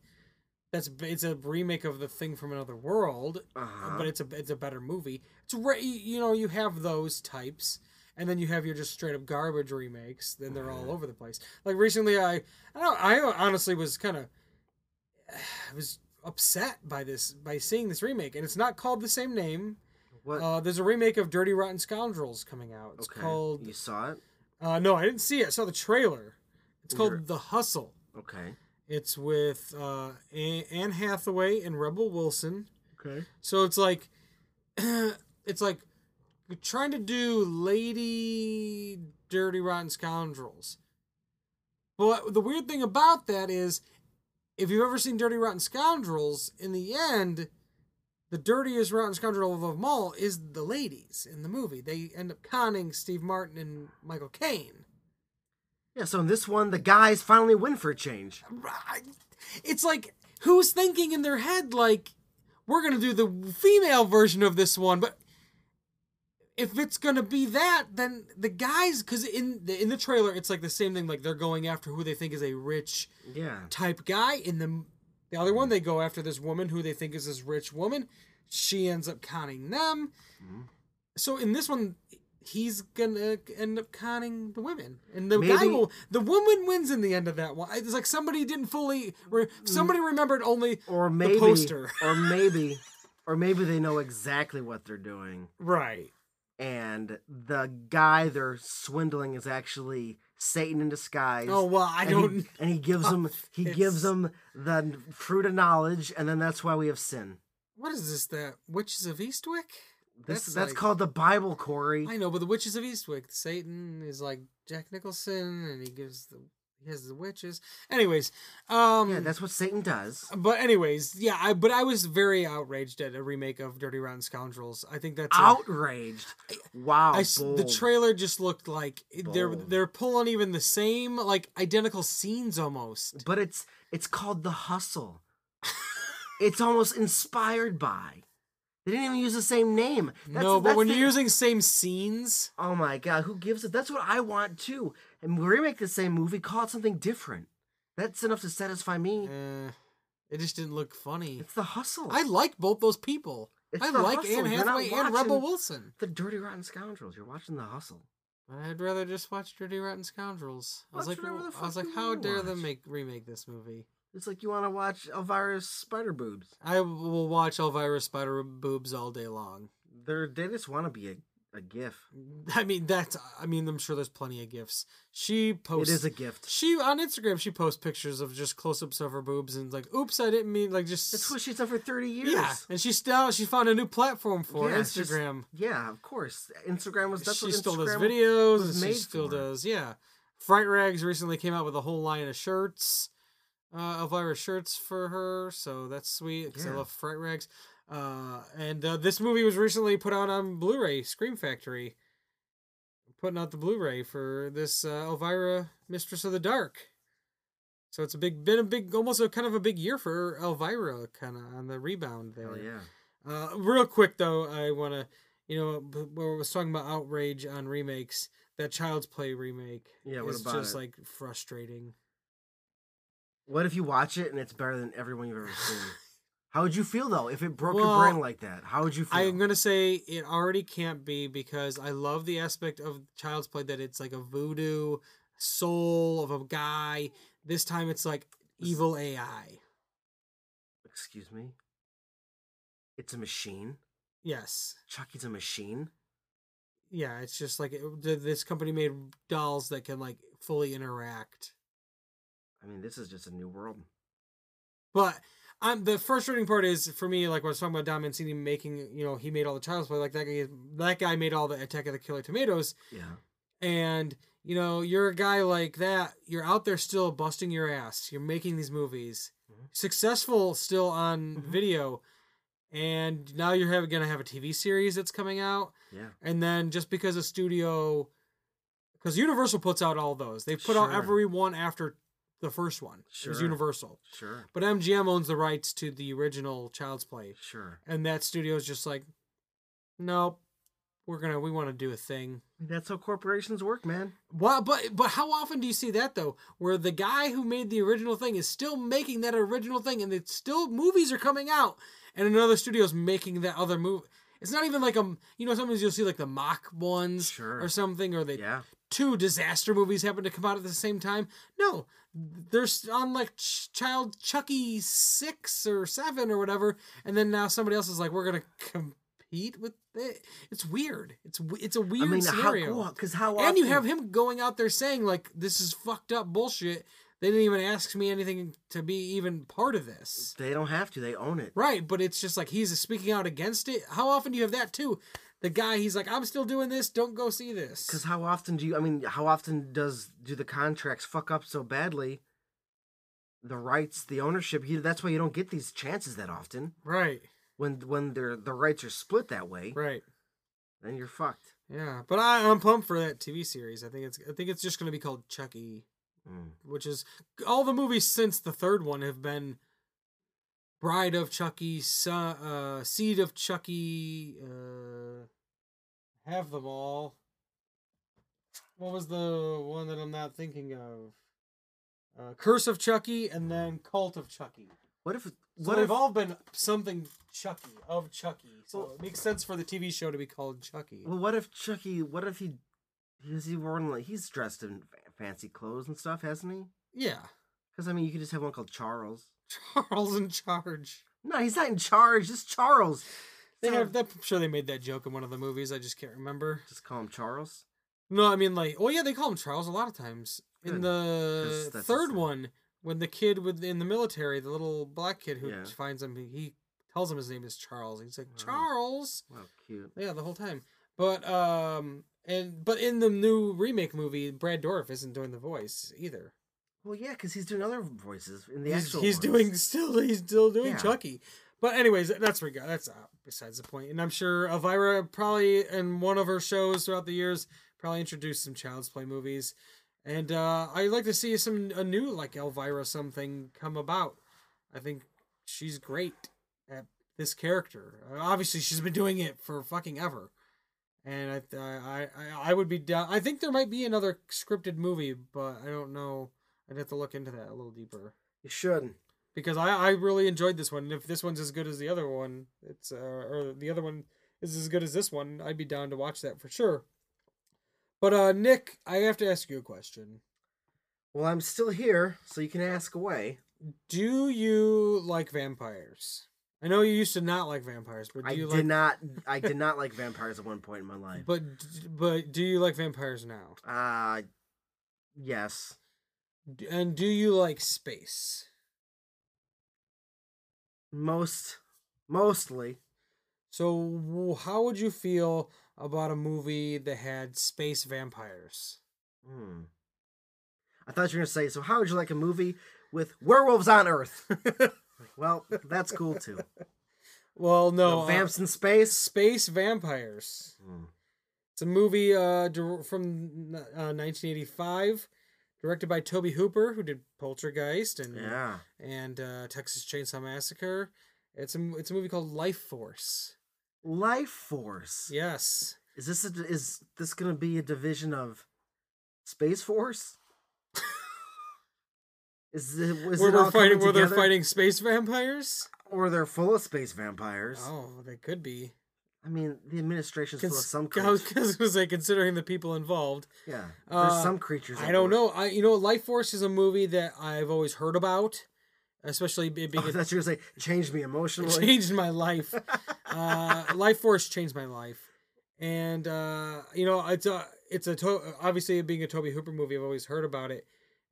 Speaker 1: That's b- it's a remake of The Thing from Another World,
Speaker 3: Uh-huh.
Speaker 1: but it's a it's a better movie. It's ra- y- you know you have those types, and then you have your just straight up garbage remakes. Then they're
Speaker 3: Mm-hmm.
Speaker 1: all over the place. Like recently, I I, don't, I honestly was kind of I was upset by this by seeing this remake, and it's not called the same name.
Speaker 3: What?
Speaker 1: Uh, there's a remake of Dirty Rotten Scoundrels coming out. It's
Speaker 3: okay.
Speaker 1: called
Speaker 3: You saw it?
Speaker 1: uh, no, I didn't see it. I saw the trailer. It's called
Speaker 3: You're-
Speaker 1: The Hustle.
Speaker 3: Okay.
Speaker 1: It's with uh, A- Anne Hathaway and Rebel Wilson.
Speaker 3: Okay.
Speaker 1: So it's like, it's like trying to do Lady Dirty Rotten Scoundrels. But the weird thing about that is, if you've ever seen Dirty Rotten Scoundrels, in the end, the dirtiest rotten scoundrel of them all is the ladies in the movie. They end up conning Steve Martin and Michael Caine.
Speaker 3: Yeah, so in this one, the guys finally win for a change.
Speaker 1: Right. It's like who's thinking in their head like we're gonna do the female version of this one, but if it's gonna be that, then the guys, because in the, in the trailer it's like the same thing, like they're going after who they think is a rich
Speaker 3: Yeah.
Speaker 1: type guy. In the the other one, they go after this woman who they think is this rich woman. She ends up conning them.
Speaker 3: Mm-hmm.
Speaker 1: So in this one, he's gonna end up conning the women, and the guy
Speaker 3: Maybe-
Speaker 1: will. The woman wins in the end of that one. It's like somebody didn't fully. Re,
Speaker 3: Mm.
Speaker 1: somebody remembered only
Speaker 3: Or maybe.
Speaker 1: the poster,
Speaker 3: or maybe. Or maybe they know exactly what they're doing.
Speaker 1: right?
Speaker 3: And the guy they're swindling is actually Satan in disguise.
Speaker 1: Oh well, I
Speaker 3: and
Speaker 1: don't.
Speaker 3: He, and he gives them he gives them the fruit of knowledge, and then that's why we have sin.
Speaker 1: What is this? The Witches of Eastwick?
Speaker 3: This that's,
Speaker 1: like-
Speaker 3: called the Bible, Corey.
Speaker 1: I know, but the Witches of Eastwick. Satan is like Jack Nicholson, and he gives the he has the witches. Anyways, um,
Speaker 3: yeah, that's what Satan does.
Speaker 1: But anyways, yeah, I but I was very outraged at a remake of Dirty Rotten Scoundrels. I think that's a-
Speaker 3: Outraged. Wow.
Speaker 1: I s- the
Speaker 3: Oh, bold.
Speaker 1: trailer just looked like it- they're
Speaker 3: Bold.
Speaker 1: they're pulling even the same like identical scenes almost.
Speaker 3: but it's it's called the hustle. it's almost inspired by. They didn't even use the same name. That's-
Speaker 1: no, but
Speaker 3: that's
Speaker 1: when
Speaker 3: the-
Speaker 1: you're using same scenes,
Speaker 3: oh my god, who gives it? That's what I want too. And we remake the same movie, call it something different. That's enough to satisfy me.
Speaker 1: uh, it just didn't look funny.
Speaker 3: It's the hustle.
Speaker 1: I like both those people.
Speaker 3: It's
Speaker 1: I
Speaker 3: the
Speaker 1: like
Speaker 3: hustle.
Speaker 1: Anne
Speaker 3: You're not
Speaker 1: Hathaway and
Speaker 3: watching-
Speaker 1: Rebel Wilson.
Speaker 3: the dirty rotten scoundrels. You're watching the hustle.
Speaker 1: But I'd rather just watch Dirty Rotten Scoundrels. I was
Speaker 3: Watch
Speaker 1: like,
Speaker 3: whatever the
Speaker 1: I was like,
Speaker 3: fuck you
Speaker 1: how
Speaker 3: wanna
Speaker 1: dare them
Speaker 3: watch.
Speaker 1: make remake this movie?
Speaker 3: It's like you want to watch Elvira's spider boobs.
Speaker 1: I will watch Elvira Spider boobs all day long.
Speaker 3: They're, they just want to be a, a gif.
Speaker 1: I mean that's I mean I'm sure there's plenty of gifts. She
Speaker 3: It
Speaker 1: posts
Speaker 3: is a gift.
Speaker 1: she on Instagram she posts pictures of just close ups of her boobs and like oops I didn't mean like just
Speaker 3: That's what she's done for 30 years.
Speaker 1: yeah and she still she found a new platform for
Speaker 3: Yeah, it's just-
Speaker 1: Instagram.
Speaker 3: Yeah, of course. Instagram was that's
Speaker 1: she
Speaker 3: what
Speaker 1: still does
Speaker 3: Instagram-
Speaker 1: videos
Speaker 3: was
Speaker 1: and she
Speaker 3: made
Speaker 1: still
Speaker 3: for.
Speaker 1: does yeah. Fright Rags recently came out with a whole line of shirts, uh, Elvira shirts for her, so that's sweet 'cause I
Speaker 3: Yeah.
Speaker 1: love Fright Rags. Uh, and uh, this movie was recently put out on Blu-ray, Scream Factory, putting out the Blu-ray for this uh, Elvira, Mistress of the Dark. So it's a big, been a big, almost a kind of a big year for Elvira, kind of on the rebound there.
Speaker 3: Hell yeah.
Speaker 1: Uh, real quick though, I want to, you know, b- when I was talking about outrage on remakes, that Child's Play remake
Speaker 3: Yeah, what
Speaker 1: is
Speaker 3: about
Speaker 1: just
Speaker 3: it?
Speaker 1: like frustrating.
Speaker 3: What if you watch it and it's better than everyone you've ever seen? How would you feel though if it broke
Speaker 1: Well,
Speaker 3: your brain like that? How would you feel?
Speaker 1: I'm gonna say it already can't be because I love the aspect of Child's Play that it's like a voodoo soul of a guy. This time it's like evil AI.
Speaker 3: Excuse me. It's a machine.
Speaker 1: Yes,
Speaker 3: Chucky's a machine.
Speaker 1: yeah, it's just like it, th- this company made dolls that can like fully interact.
Speaker 3: I mean, this is just a new world.
Speaker 1: But um, the frustrating part is for me, like when I was talking about Don Mancini making, you know, he made all the Child's Play, like that guy, that guy made all the Attack of the Killer Tomatoes,
Speaker 3: Yeah.
Speaker 1: and you know, you're a guy like that, you're out there still busting your ass, you're making these movies,
Speaker 3: Mhm.
Speaker 1: successful still on
Speaker 3: Mhm.
Speaker 1: video, and now you're have, gonna have a TV series that's coming out,
Speaker 3: Yeah.
Speaker 1: and then just because a studio, because Universal puts out all those, they've put out
Speaker 3: Sure.
Speaker 1: every one after the first one. It was
Speaker 3: Sure.
Speaker 1: Universal.
Speaker 3: Sure.
Speaker 1: But MGM owns the rights to the original Child's Play,
Speaker 3: Sure.
Speaker 1: and that studio's just like, nope, we're gonna we want to do a thing.
Speaker 3: That's how corporations work, man.
Speaker 1: Well, but but how often do you see that though, where the guy who made the original thing is still making that original thing, and it's still movies are coming out, and another studio's making that other movie. It's not even like a you know sometimes you'll see like the mock ones
Speaker 3: Sure.
Speaker 1: or something, or they
Speaker 3: Yeah.
Speaker 1: two disaster movies happen to come out at the same time. No, they're s- on like Ch- Child Chucky six or seven or whatever, and then now somebody else is like, we're gonna compete with it. It's weird. It's w- it's a
Speaker 3: I
Speaker 1: weird
Speaker 3: mean,
Speaker 1: scenario.
Speaker 3: how because how often,
Speaker 1: and you have him going out there saying like, this is fucked up bullshit. They didn't even ask me anything to be even part of this.
Speaker 3: They don't have to. They own it.
Speaker 1: Right, but it's just like he's speaking out against it. How often do you have that too? The guy, he's like, I'm still doing this. Don't go see this.
Speaker 3: Because how often do you? I mean, how often does do the contracts fuck up so badly? The rights, the ownership. You, that's why you don't get these chances that often.
Speaker 1: right,
Speaker 3: When when their the rights are split that way,
Speaker 1: right.
Speaker 3: then you're fucked.
Speaker 1: Yeah, but I, I'm pumped for that TV series. I think it's I think it's just going to be called Chucky,
Speaker 3: Mm.
Speaker 1: which is all the movies since the third one have been Bride of Chucky, Son, uh, Seed of Chucky. Uh, have them all. What was the one that I'm not thinking of? Uh, Curse of Chucky and then Cult of Chucky.
Speaker 3: What if?
Speaker 1: So
Speaker 3: What
Speaker 1: they've
Speaker 3: if?
Speaker 1: all been something Chucky of Chucky. So it makes sense for the TV show to be called Chucky.
Speaker 3: well, what if Chucky? What if he? Is he wearing like he's dressed in fa- fancy clothes and stuff, hasn't he?
Speaker 1: Yeah.
Speaker 3: Because I mean, you could just have one called Charles.
Speaker 1: Charles in charge.
Speaker 3: No, he's not in charge. It's Charles.
Speaker 1: They
Speaker 3: So-
Speaker 1: have that. I'm sure they made that joke in one of the movies. I just can't remember.
Speaker 3: Just call him Charles.
Speaker 1: No, I mean like, oh yeah, they call him Charles a lot of times. In
Speaker 3: Good.
Speaker 1: the
Speaker 3: Hmm. That's- that's
Speaker 1: third
Speaker 3: his name.
Speaker 1: one, when the kid with in the military, the little black kid who
Speaker 3: Yeah.
Speaker 1: finds him, he tells him his name is Charles. He's like
Speaker 3: Wow.
Speaker 1: Charles.
Speaker 3: Wow, cute.
Speaker 1: Yeah, the whole time. But um, and but in the new remake movie, Brad Dorff isn't doing the voice either.
Speaker 3: Well, yeah, because he's doing other voices in the
Speaker 1: he's,
Speaker 3: actual.
Speaker 1: he's
Speaker 3: ones.
Speaker 1: doing still he's still doing
Speaker 3: Yeah.
Speaker 1: Chucky. But anyways, that's regard that's uh, besides the point. And I'm sure Elvira probably in one of her shows throughout the years probably introduced some Child's Play movies. And uh, I'd like to see some a new like Elvira something come about. I think she's great at this character. Uh, obviously, she's been doing it for fucking ever. And I, I, I, I would be down. I think there might be another scripted movie, but I don't know. I'd have to look into that a little deeper
Speaker 3: You should.
Speaker 1: because I, I really enjoyed this one. And if this one's as good as the other one, it's uh, or the other one is as good as this one, I'd be down to watch that for sure. But uh, Nick, I have to ask you a question.
Speaker 3: Well, I'm still here, so you can ask away.
Speaker 1: Do you like vampires? I know you used to not like vampires, but do
Speaker 3: I
Speaker 1: you
Speaker 3: did
Speaker 1: like?
Speaker 3: not. I did not like vampires at one point in my life.
Speaker 1: But but do you like vampires now?
Speaker 3: Uh yes.
Speaker 1: And do you like space?
Speaker 3: Most, mostly.
Speaker 1: So w- how would you feel about a movie that had space vampires?
Speaker 3: Hmm. I thought you were gonna say. So, how would you like a movie with werewolves on Earth? well, that's cool too.
Speaker 1: Well, no,
Speaker 3: The
Speaker 1: uh,
Speaker 3: vamps in space.
Speaker 1: Space Vampires.
Speaker 3: Hmm.
Speaker 1: It's a movie uh, dir- from uh, 1985, directed by Toby Hooper, who did Poltergeist and
Speaker 3: Yeah.
Speaker 1: and uh, Texas Chainsaw Massacre. It's a it's a movie called Life Force.
Speaker 3: Life force.
Speaker 1: Yes,
Speaker 3: Is this a, is this gonna be a division of Space Force? is it, is
Speaker 1: where
Speaker 3: it
Speaker 1: we're
Speaker 3: all coming
Speaker 1: fighting where they're
Speaker 3: together?
Speaker 1: fighting space vampires.
Speaker 3: or they're full of space vampires?
Speaker 1: Oh, they could be.
Speaker 3: I mean, the administration's full
Speaker 1: Because
Speaker 3: of some
Speaker 1: I was
Speaker 3: creatures.
Speaker 1: gonna say, considering the people involved,
Speaker 3: Yeah,
Speaker 1: Uh,
Speaker 3: there's some creatures.
Speaker 1: I
Speaker 3: out
Speaker 1: don't
Speaker 3: there.
Speaker 1: know. I you know, Life Force is a movie that I've always heard about, especially it being
Speaker 3: Oh, I thought you were gonna say changed me
Speaker 1: It
Speaker 3: emotionally.
Speaker 1: changed my life. uh, life Force changed my life, and uh, you know it's a it's a to- obviously being a Toby Hooper movie, I've always heard about it.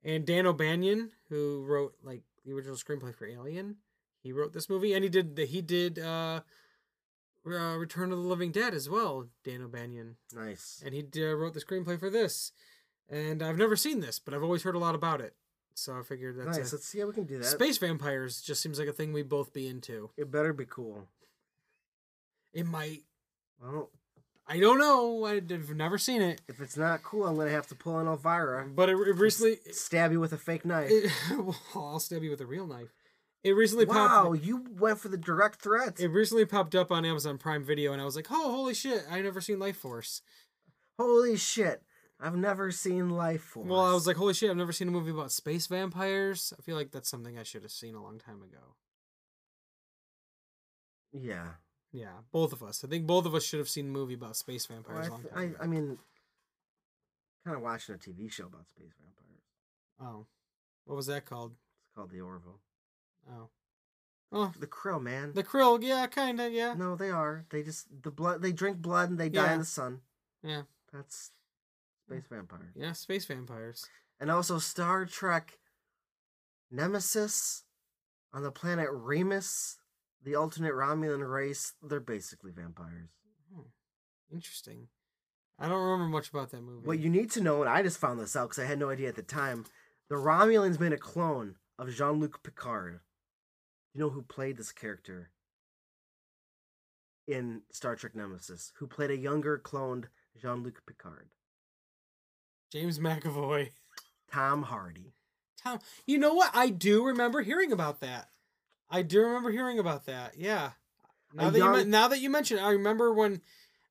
Speaker 1: And Dan O'Banion, who wrote like the original screenplay for Alien, he wrote this movie, and he did the, he did uh, uh, Return of the Living Dead as well. Dan O'Banion,
Speaker 3: Nice.
Speaker 1: and he uh, wrote the screenplay for this. And I've never seen this, but I've always heard a lot about it, so I figured that's
Speaker 3: nice.
Speaker 1: a-
Speaker 3: Let's see how we can do that.
Speaker 1: space vampires. Just seems like a thing we both be into.
Speaker 3: It better be cool.
Speaker 1: It might.
Speaker 3: Well,
Speaker 1: I don't know. I've never seen it,
Speaker 3: if it's not cool, I'm gonna have to pull an Elvira,
Speaker 1: but it, Mm, it recently.
Speaker 3: stab you with a fake knife.
Speaker 1: It, well, I'll stab you with a real knife. It recently
Speaker 3: wow,
Speaker 1: popped.
Speaker 3: you went for the direct threats.
Speaker 1: It recently popped up on Amazon Prime Video, and I was like, "Oh, holy shit! I never seen Life Force."
Speaker 3: Holy shit! I've never seen Life Force.
Speaker 1: Well, I was like, "Holy shit! I've never seen a movie about space vampires." I feel like that's something I should have seen a long time ago.
Speaker 3: yeah.
Speaker 1: Yeah, both of us. I think both of us should have seen a movie about space
Speaker 3: Well,
Speaker 1: vampires
Speaker 3: Oh, I,
Speaker 1: a long
Speaker 3: th-
Speaker 1: time ago.
Speaker 3: I, I mean, kind of watching a TV show about space vampires.
Speaker 1: oh, what was that called?
Speaker 3: It's called The Orville.
Speaker 1: Oh, oh,
Speaker 3: The Krill, man.
Speaker 1: the Krill. Yeah, kinda. Yeah,
Speaker 3: No, they are. They just the blood. They drink blood and they die
Speaker 1: Yeah.
Speaker 3: in the sun.
Speaker 1: yeah,
Speaker 3: That's space vampire.
Speaker 1: yeah. Space vampires.
Speaker 3: And also Star Trek Nemesis on the planet Remus, the alternate Romulan race. They're basically vampires.
Speaker 1: Interesting. I don't remember much about that movie.
Speaker 3: What you need to know, and I just found this out because I had no idea at the time, the Romulans made a clone of Jean Luc Picard. You know who played this character in Star Trek Nemesis? Who played a younger cloned Jean Luc Picard?
Speaker 1: James McAvoy.
Speaker 3: Tom Hardy.
Speaker 1: Tom, you know what? I do remember hearing about that. I do remember hearing about that. Yeah. Now
Speaker 3: A
Speaker 1: that you men-
Speaker 3: young-
Speaker 1: now that you mention, it, I remember when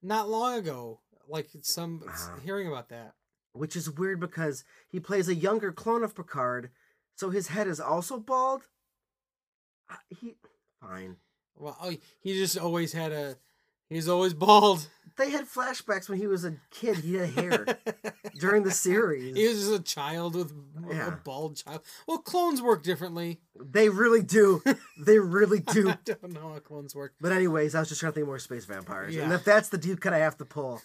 Speaker 1: not long ago, like some
Speaker 3: Uh-huh.
Speaker 1: hearing about that.
Speaker 3: Which is weird because he plays a younger clone of Picard, so his head is also bald. I- He fine.
Speaker 1: Well, oh, he just always had a. He's always bald.
Speaker 3: They had flashbacks when he was a kid. He had hair during the series.
Speaker 1: He was just a child with a
Speaker 3: Yeah.
Speaker 1: bald child. Well, clones work differently.
Speaker 3: They really do. They really do.
Speaker 1: I don't know how clones work.
Speaker 3: But anyways, I was just trying to think more space vampires, and
Speaker 1: Yeah.
Speaker 3: if that's the deep cut I have to pull,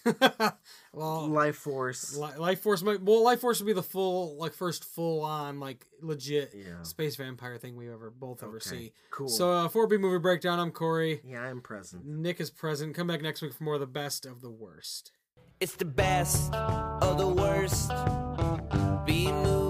Speaker 1: well,
Speaker 3: life force.
Speaker 1: Li- Life Force might well Life Force would be the full like first full on like legit
Speaker 3: Yeah.
Speaker 1: space vampire thing we ever both ever
Speaker 3: Okay,
Speaker 1: see.
Speaker 3: Cool.
Speaker 1: So uh, 4B movie breakdown. I'm Corey.
Speaker 3: yeah, I'm present.
Speaker 1: Nick is present. Come back next week for more of the best of the worst.
Speaker 2: It's the best of the worst. B movie.